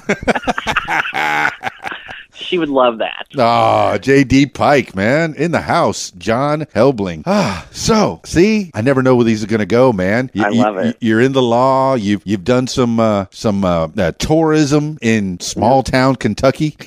Speaker 6: She would love that.
Speaker 1: Ah, J.D. Pike, man, in the house, John Helbling. Ah, so see, I never know where these are going to go, man. You,
Speaker 6: I love it.
Speaker 1: You, are in the law. You've you've done some uh, some uh, uh, tourism in small town Kentucky.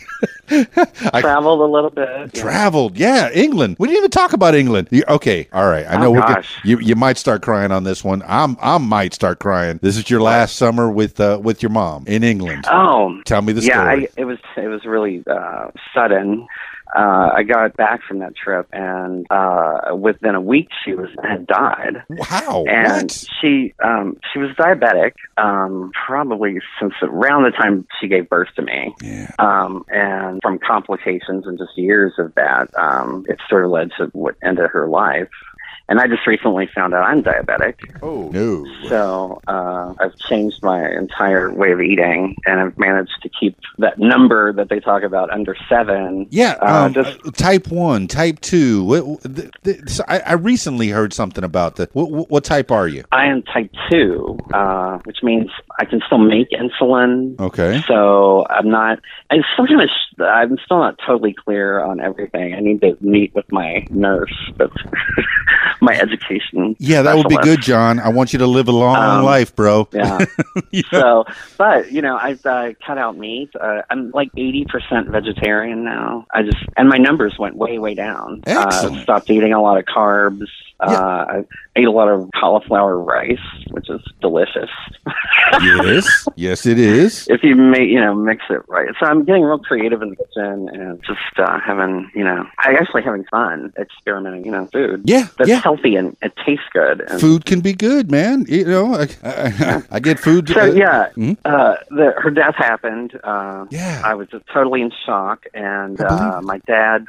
Speaker 1: I-
Speaker 6: Traveled a little bit. yeah.
Speaker 1: Traveled, yeah, England. We didn't even talk about England. You- okay, all right. I know
Speaker 6: Oh,
Speaker 1: we're gonna,
Speaker 6: gosh.
Speaker 1: you you might start crying on this one. I'm I might start crying. This is your last summer with uh, with your mom in England.
Speaker 6: Oh,
Speaker 1: Tell me the
Speaker 6: yeah.
Speaker 1: story.
Speaker 6: I, it was. It was really uh, sudden. Uh, I got back from that trip, and uh, within a week, she was had died.
Speaker 1: wow.
Speaker 6: and
Speaker 1: What?
Speaker 6: she um, she was diabetic um, probably since around the time she gave birth to me
Speaker 1: Yeah.
Speaker 6: um, and from complications and just years of that um, it sort of led to what ended her life and I just recently found out I'm diabetic,
Speaker 1: Oh no.
Speaker 6: so uh, I've changed my entire way of eating, and I've managed to keep that number that they talk about under seven.
Speaker 1: Yeah,
Speaker 6: uh,
Speaker 1: um,
Speaker 6: just
Speaker 1: uh, type one, type two. What, the, the, so I, I recently heard something about that. What, what, what type are you?
Speaker 6: I am type two, uh, which means I can still make insulin,
Speaker 1: Okay.
Speaker 6: So I'm not. I sometimes I'm still not totally clear on everything. I need to meet with my nurse. That's <laughs> my education.
Speaker 1: Yeah, that would be
Speaker 6: specialist.
Speaker 1: good, John. I want you to live a long
Speaker 6: Um,
Speaker 1: life,
Speaker 6: <coughs>
Speaker 1: bro.
Speaker 6: Yeah.
Speaker 1: <laughs> Yeah.
Speaker 6: So, but you know, I've uh, cut out meat. Uh, I'm like 80% vegetarian now. I just and my numbers went way way down.
Speaker 1: Excellent.
Speaker 6: Uh, stopped eating a lot of carbs. Uh, I ate a lot of cauliflower rice, which is delicious.
Speaker 1: yes, yes, it is.
Speaker 6: if you make you know mix it right. So I'm getting real creative in the kitchen and just uh, having you know I actually having fun experimenting you know food
Speaker 1: Yeah,
Speaker 6: that's
Speaker 1: yeah.
Speaker 6: healthy and it tastes good. And
Speaker 1: Food can be good, man. You know, I, I, I get food.
Speaker 6: So
Speaker 1: uh,
Speaker 6: yeah,
Speaker 1: Mhm.
Speaker 6: uh, the, her death happened. Uh,
Speaker 1: Yeah.
Speaker 6: I was just totally in shock, and
Speaker 1: I believe
Speaker 6: uh, my dad.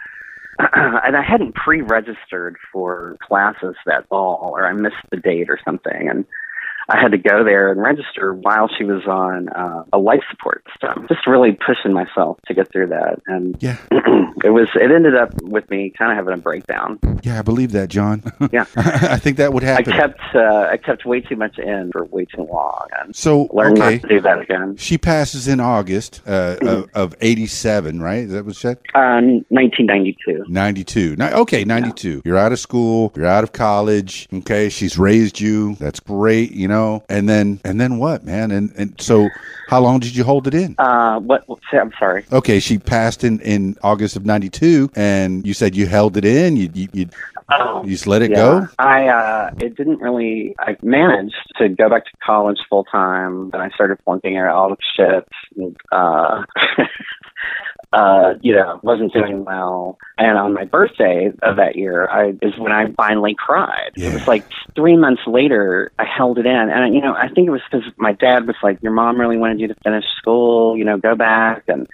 Speaker 6: <clears throat> And I hadn't pre-registered for classes that fall, or I missed the date or something. And I had to go there and register while she was on uh, a life support system. Just really pushing myself to get through that, and <clears throat>
Speaker 1: Yeah.
Speaker 6: it was. It ended up with me kind of having a
Speaker 1: <laughs>
Speaker 6: breakdown.
Speaker 1: Yeah, I believe that, John. <laughs>
Speaker 6: Yeah.
Speaker 1: I think that would
Speaker 6: I
Speaker 1: happen.
Speaker 6: kept uh, I kept way too much in for way too long, and
Speaker 1: so,
Speaker 6: learned
Speaker 1: okay.
Speaker 6: not to do that again.
Speaker 1: She passes in August uh, of, of 87, right? Is that what she said?
Speaker 6: Um, 1992.
Speaker 1: 92. Ni- okay, 92. You're out of school. You're out of college. Okay, she's raised you. That's great, you know. And then, and then what, man? And and so, how long did you hold it in?
Speaker 6: Uh, what? what- I'm sorry.
Speaker 1: Okay, she passed in in August of 92, and you said you held it in. You you you,
Speaker 6: Oh.
Speaker 1: you just let it
Speaker 6: yeah.
Speaker 1: go.
Speaker 6: I uh, it didn't really. I managed to go back to college full time, and I started flunking out all the shit. And, uh, <laughs> uh, you know, wasn't doing well. And on my birthday of that year, I is when I finally cried.
Speaker 1: Yeah.
Speaker 6: It was like three months later. I held it in, and you know, I think it was because my dad was like, "Your mom really wanted you to finish school. You know, go back." And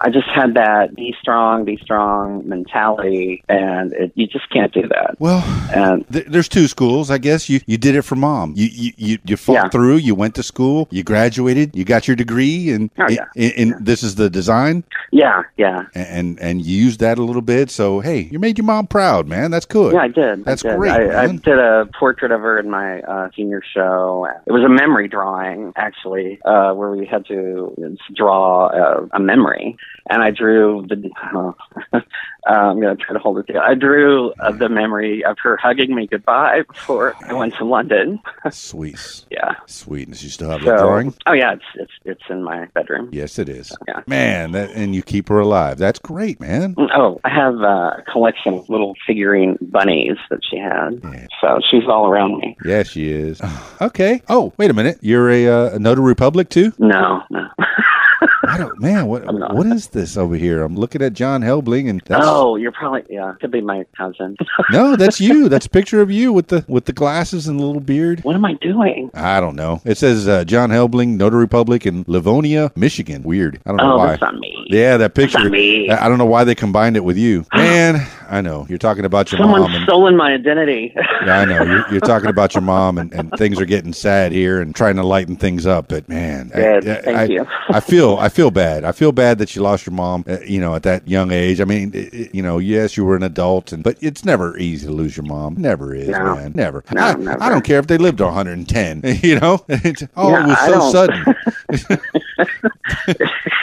Speaker 6: I just had that be strong, be strong mentality, and it, you just can't do that.
Speaker 1: Well,
Speaker 6: And
Speaker 1: Th- There's two schools, I guess. You you did it for mom. You you you, you fought
Speaker 6: Yeah.
Speaker 1: through. You went to school. You graduated. You got your degree, and
Speaker 6: Oh, yeah.
Speaker 1: and, and this is the design,
Speaker 6: yeah, yeah,
Speaker 1: and and you used that a little bit. So hey, you made your mom proud, man. That's good.
Speaker 6: yeah, I did.
Speaker 1: That's
Speaker 6: I did.
Speaker 1: great,
Speaker 6: I, I
Speaker 1: man.
Speaker 6: did a portrait of her in my uh, senior show. It was a memory drawing, actually, uh, where we had to draw a, a memory. And I drew the. <laughs> Uh, I'm going to try to hold it together. I drew uh, the memory of her hugging me goodbye before I went to London.
Speaker 1: Sweet,
Speaker 6: Yeah.
Speaker 1: sweetness. You still have
Speaker 6: So,
Speaker 1: that drawing?
Speaker 6: oh yeah, it's it's it's in my bedroom.
Speaker 1: Yes, it is.
Speaker 6: Yeah.
Speaker 1: Man, that, and you keep her alive. That's great, man.
Speaker 6: Oh, I have uh, a collection of little figurine bunnies that she had.
Speaker 1: Yeah.
Speaker 6: So she's all around me.
Speaker 1: Yeah, she is. <sighs> Okay. Oh, wait a minute. You're a, uh, a notary public too?
Speaker 6: No, no.
Speaker 1: I don't, man. What
Speaker 6: I'm not.
Speaker 1: what is this over here? I'm looking at John Helbling, and that's
Speaker 6: oh, you're probably yeah. Could be my cousin.
Speaker 1: No, that's you. That's a picture of you with the with the glasses and the little beard.
Speaker 6: what am I doing?
Speaker 1: I don't know. It says uh, John Helbling, Notary Public in Livonia, Michigan. Weird. I don't know
Speaker 6: Oh,
Speaker 1: why.
Speaker 6: that's not me.
Speaker 1: yeah, that picture.
Speaker 6: not me.
Speaker 1: I I don't know why they combined it with
Speaker 6: <gasps>
Speaker 1: you, man. I know you're talking about your
Speaker 6: Someone's
Speaker 1: mom. And,
Speaker 6: stolen my identity. <laughs>
Speaker 1: yeah, I know you're, you're talking about your mom, and, and things are getting sad here, and trying to lighten things up. But man, I-
Speaker 6: Good.
Speaker 1: I,
Speaker 6: Thank
Speaker 1: I-
Speaker 6: you.
Speaker 1: I feel I feel bad. I feel bad that you lost your mom. Uh, you know, at that young age. I mean, it, it- you know, yes, you were an adult, and but it's never easy to lose your mom. Never is,
Speaker 6: No.
Speaker 1: man. Never.
Speaker 6: No,
Speaker 1: I,
Speaker 6: never.
Speaker 1: I don't care if they lived to 110. <laughs> You know, It's- oh,
Speaker 6: Yeah,
Speaker 1: it was
Speaker 6: I
Speaker 1: so
Speaker 6: don't-
Speaker 1: sudden.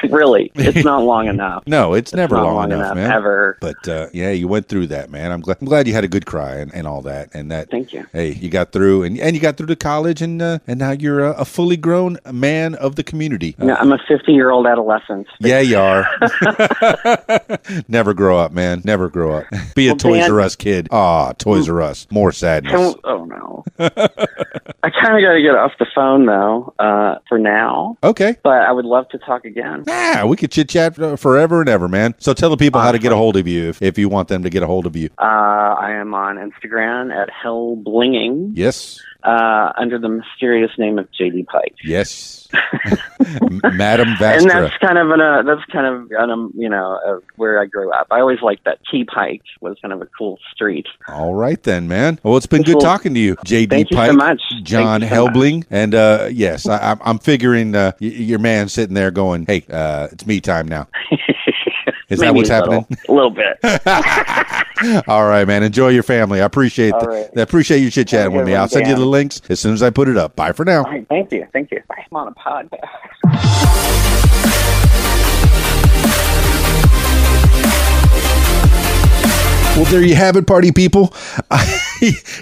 Speaker 6: really, it's not
Speaker 1: <laughs>
Speaker 6: long enough.
Speaker 1: No,
Speaker 6: <laughs>
Speaker 1: it's, never
Speaker 6: not
Speaker 1: long, enough, man.
Speaker 6: Ever.
Speaker 1: But uh, yeah, you went through that, man. I'm glad. I'm glad you had a good cry and, and all that, and that.
Speaker 6: Thank you.
Speaker 1: Hey, you got through, and and you got through to college, and uh, and now you're a, a fully grown man of the community. Uh,
Speaker 6: No, I'm a 50 year
Speaker 1: <laughs>
Speaker 6: old adolescent.
Speaker 1: Yeah, you are. Never grow up, man. Never grow up. Be a
Speaker 6: Well,
Speaker 1: Toys
Speaker 6: Dan-
Speaker 1: R Us kid. Ah, Toys R Us. More
Speaker 6: Can,
Speaker 1: sadness.
Speaker 6: oh no. I kind of got to get off the phone though uh, for now,
Speaker 1: Okay.
Speaker 6: but I would love to talk again.
Speaker 1: Yeah, we could chit chat forever and ever, man. So tell the people how to get a hold of you if, if you want them to get a hold of you.
Speaker 6: Uh, I am on Instagram at hellblinging.
Speaker 1: Yes.
Speaker 6: uh, under the mysterious name of JD Pike.
Speaker 1: Yes. <laughs> M- Madam
Speaker 6: And
Speaker 1: Vastra.
Speaker 6: that's kind of an, uh, that's kind of an, um, you know uh, where I grew up. I always liked that Key Pike was kind of a cool street.
Speaker 1: All right, then, man. Well, it's been good
Speaker 6: Well,
Speaker 1: talking to you, JD
Speaker 6: Thank you
Speaker 1: Pike.
Speaker 6: so much,
Speaker 1: John
Speaker 6: Thank you so much.
Speaker 1: Helbling. And uh, yes, I, I'm- I'm figuring uh, y- your man sitting there going, hey, uh, it's me time now. <laughs>
Speaker 6: <laughs>
Speaker 1: Is that
Speaker 6: Maybe
Speaker 1: what's
Speaker 6: a little-
Speaker 1: happening?
Speaker 6: A little
Speaker 1: <laughs>
Speaker 6: bit.
Speaker 1: All right, man. Enjoy your family. I appreciate
Speaker 6: All
Speaker 1: the,
Speaker 6: right.
Speaker 1: I appreciate you chit
Speaker 6: Have
Speaker 1: chatting
Speaker 6: a
Speaker 1: with me.
Speaker 6: good one,
Speaker 1: I'll send you
Speaker 6: Dan.
Speaker 1: the links as soon as I put it up. Bye for now.
Speaker 6: All right, thank you, thank you. I'm on a pod.
Speaker 1: Well, there you have it, party people. <laughs>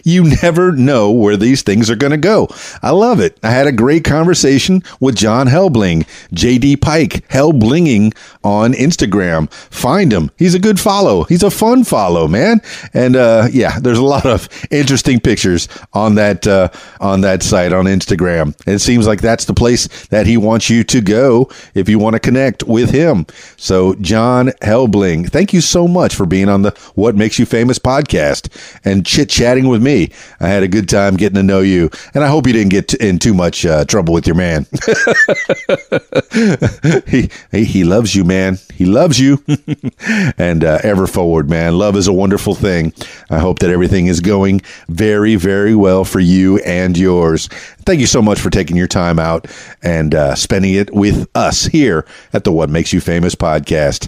Speaker 1: you never know where these things are going to go. I love it. I had a great conversation with John Helbling, JD Pike, Helblinging on Instagram. Find him. He's a good follow. He's a fun follow, man. And uh, yeah, there's a lot of interesting pictures on that uh, on that site on Instagram. It seems like that's the place that he wants you to go if you want to connect with him. So, John Helbling, thank you so much for being on the What Makes You Famous podcast and chit chat chatting with me. I had a good time getting to know you, and I hope you didn't get t- in too much uh, trouble with your man. he, he he loves you, man. He loves you, and uh, ever forward, man. Love is a wonderful thing. I hope that everything is going very very well for you and yours. Thank you so much for taking your time out and uh, spending it with us here at the What Makes You Famous podcast.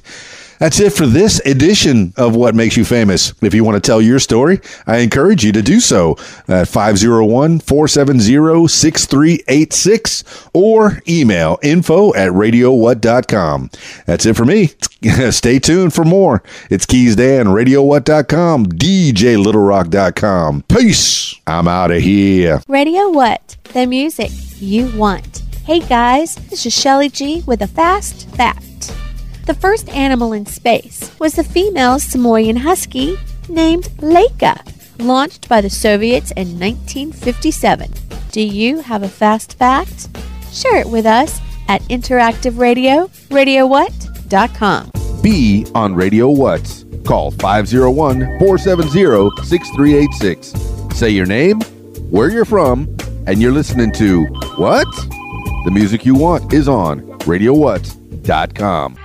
Speaker 1: That's it for this edition of What Makes You Famous. If you want to tell your story, I encourage you to do so at 501 470 6386 or email info at radiowhat.com. That's it for me. <laughs> Stay tuned for more. It's Keys Dan, radiowhat.com, djlittlerock.com. Peace. I'm out of here.
Speaker 3: Radio What? The music you want. Hey guys, this is Shelly G with a fast fact. The first animal in space was the female Samoyed husky named Leica, launched by the Soviets in 1957. Do you have a fast fact? Share it with us at Interactive Radio, radiowhat.com.
Speaker 1: Be on Radio What? Call 501 470 6386. Say your name, where you're from, and you're listening to What? The music you want is on RadioWhat.com.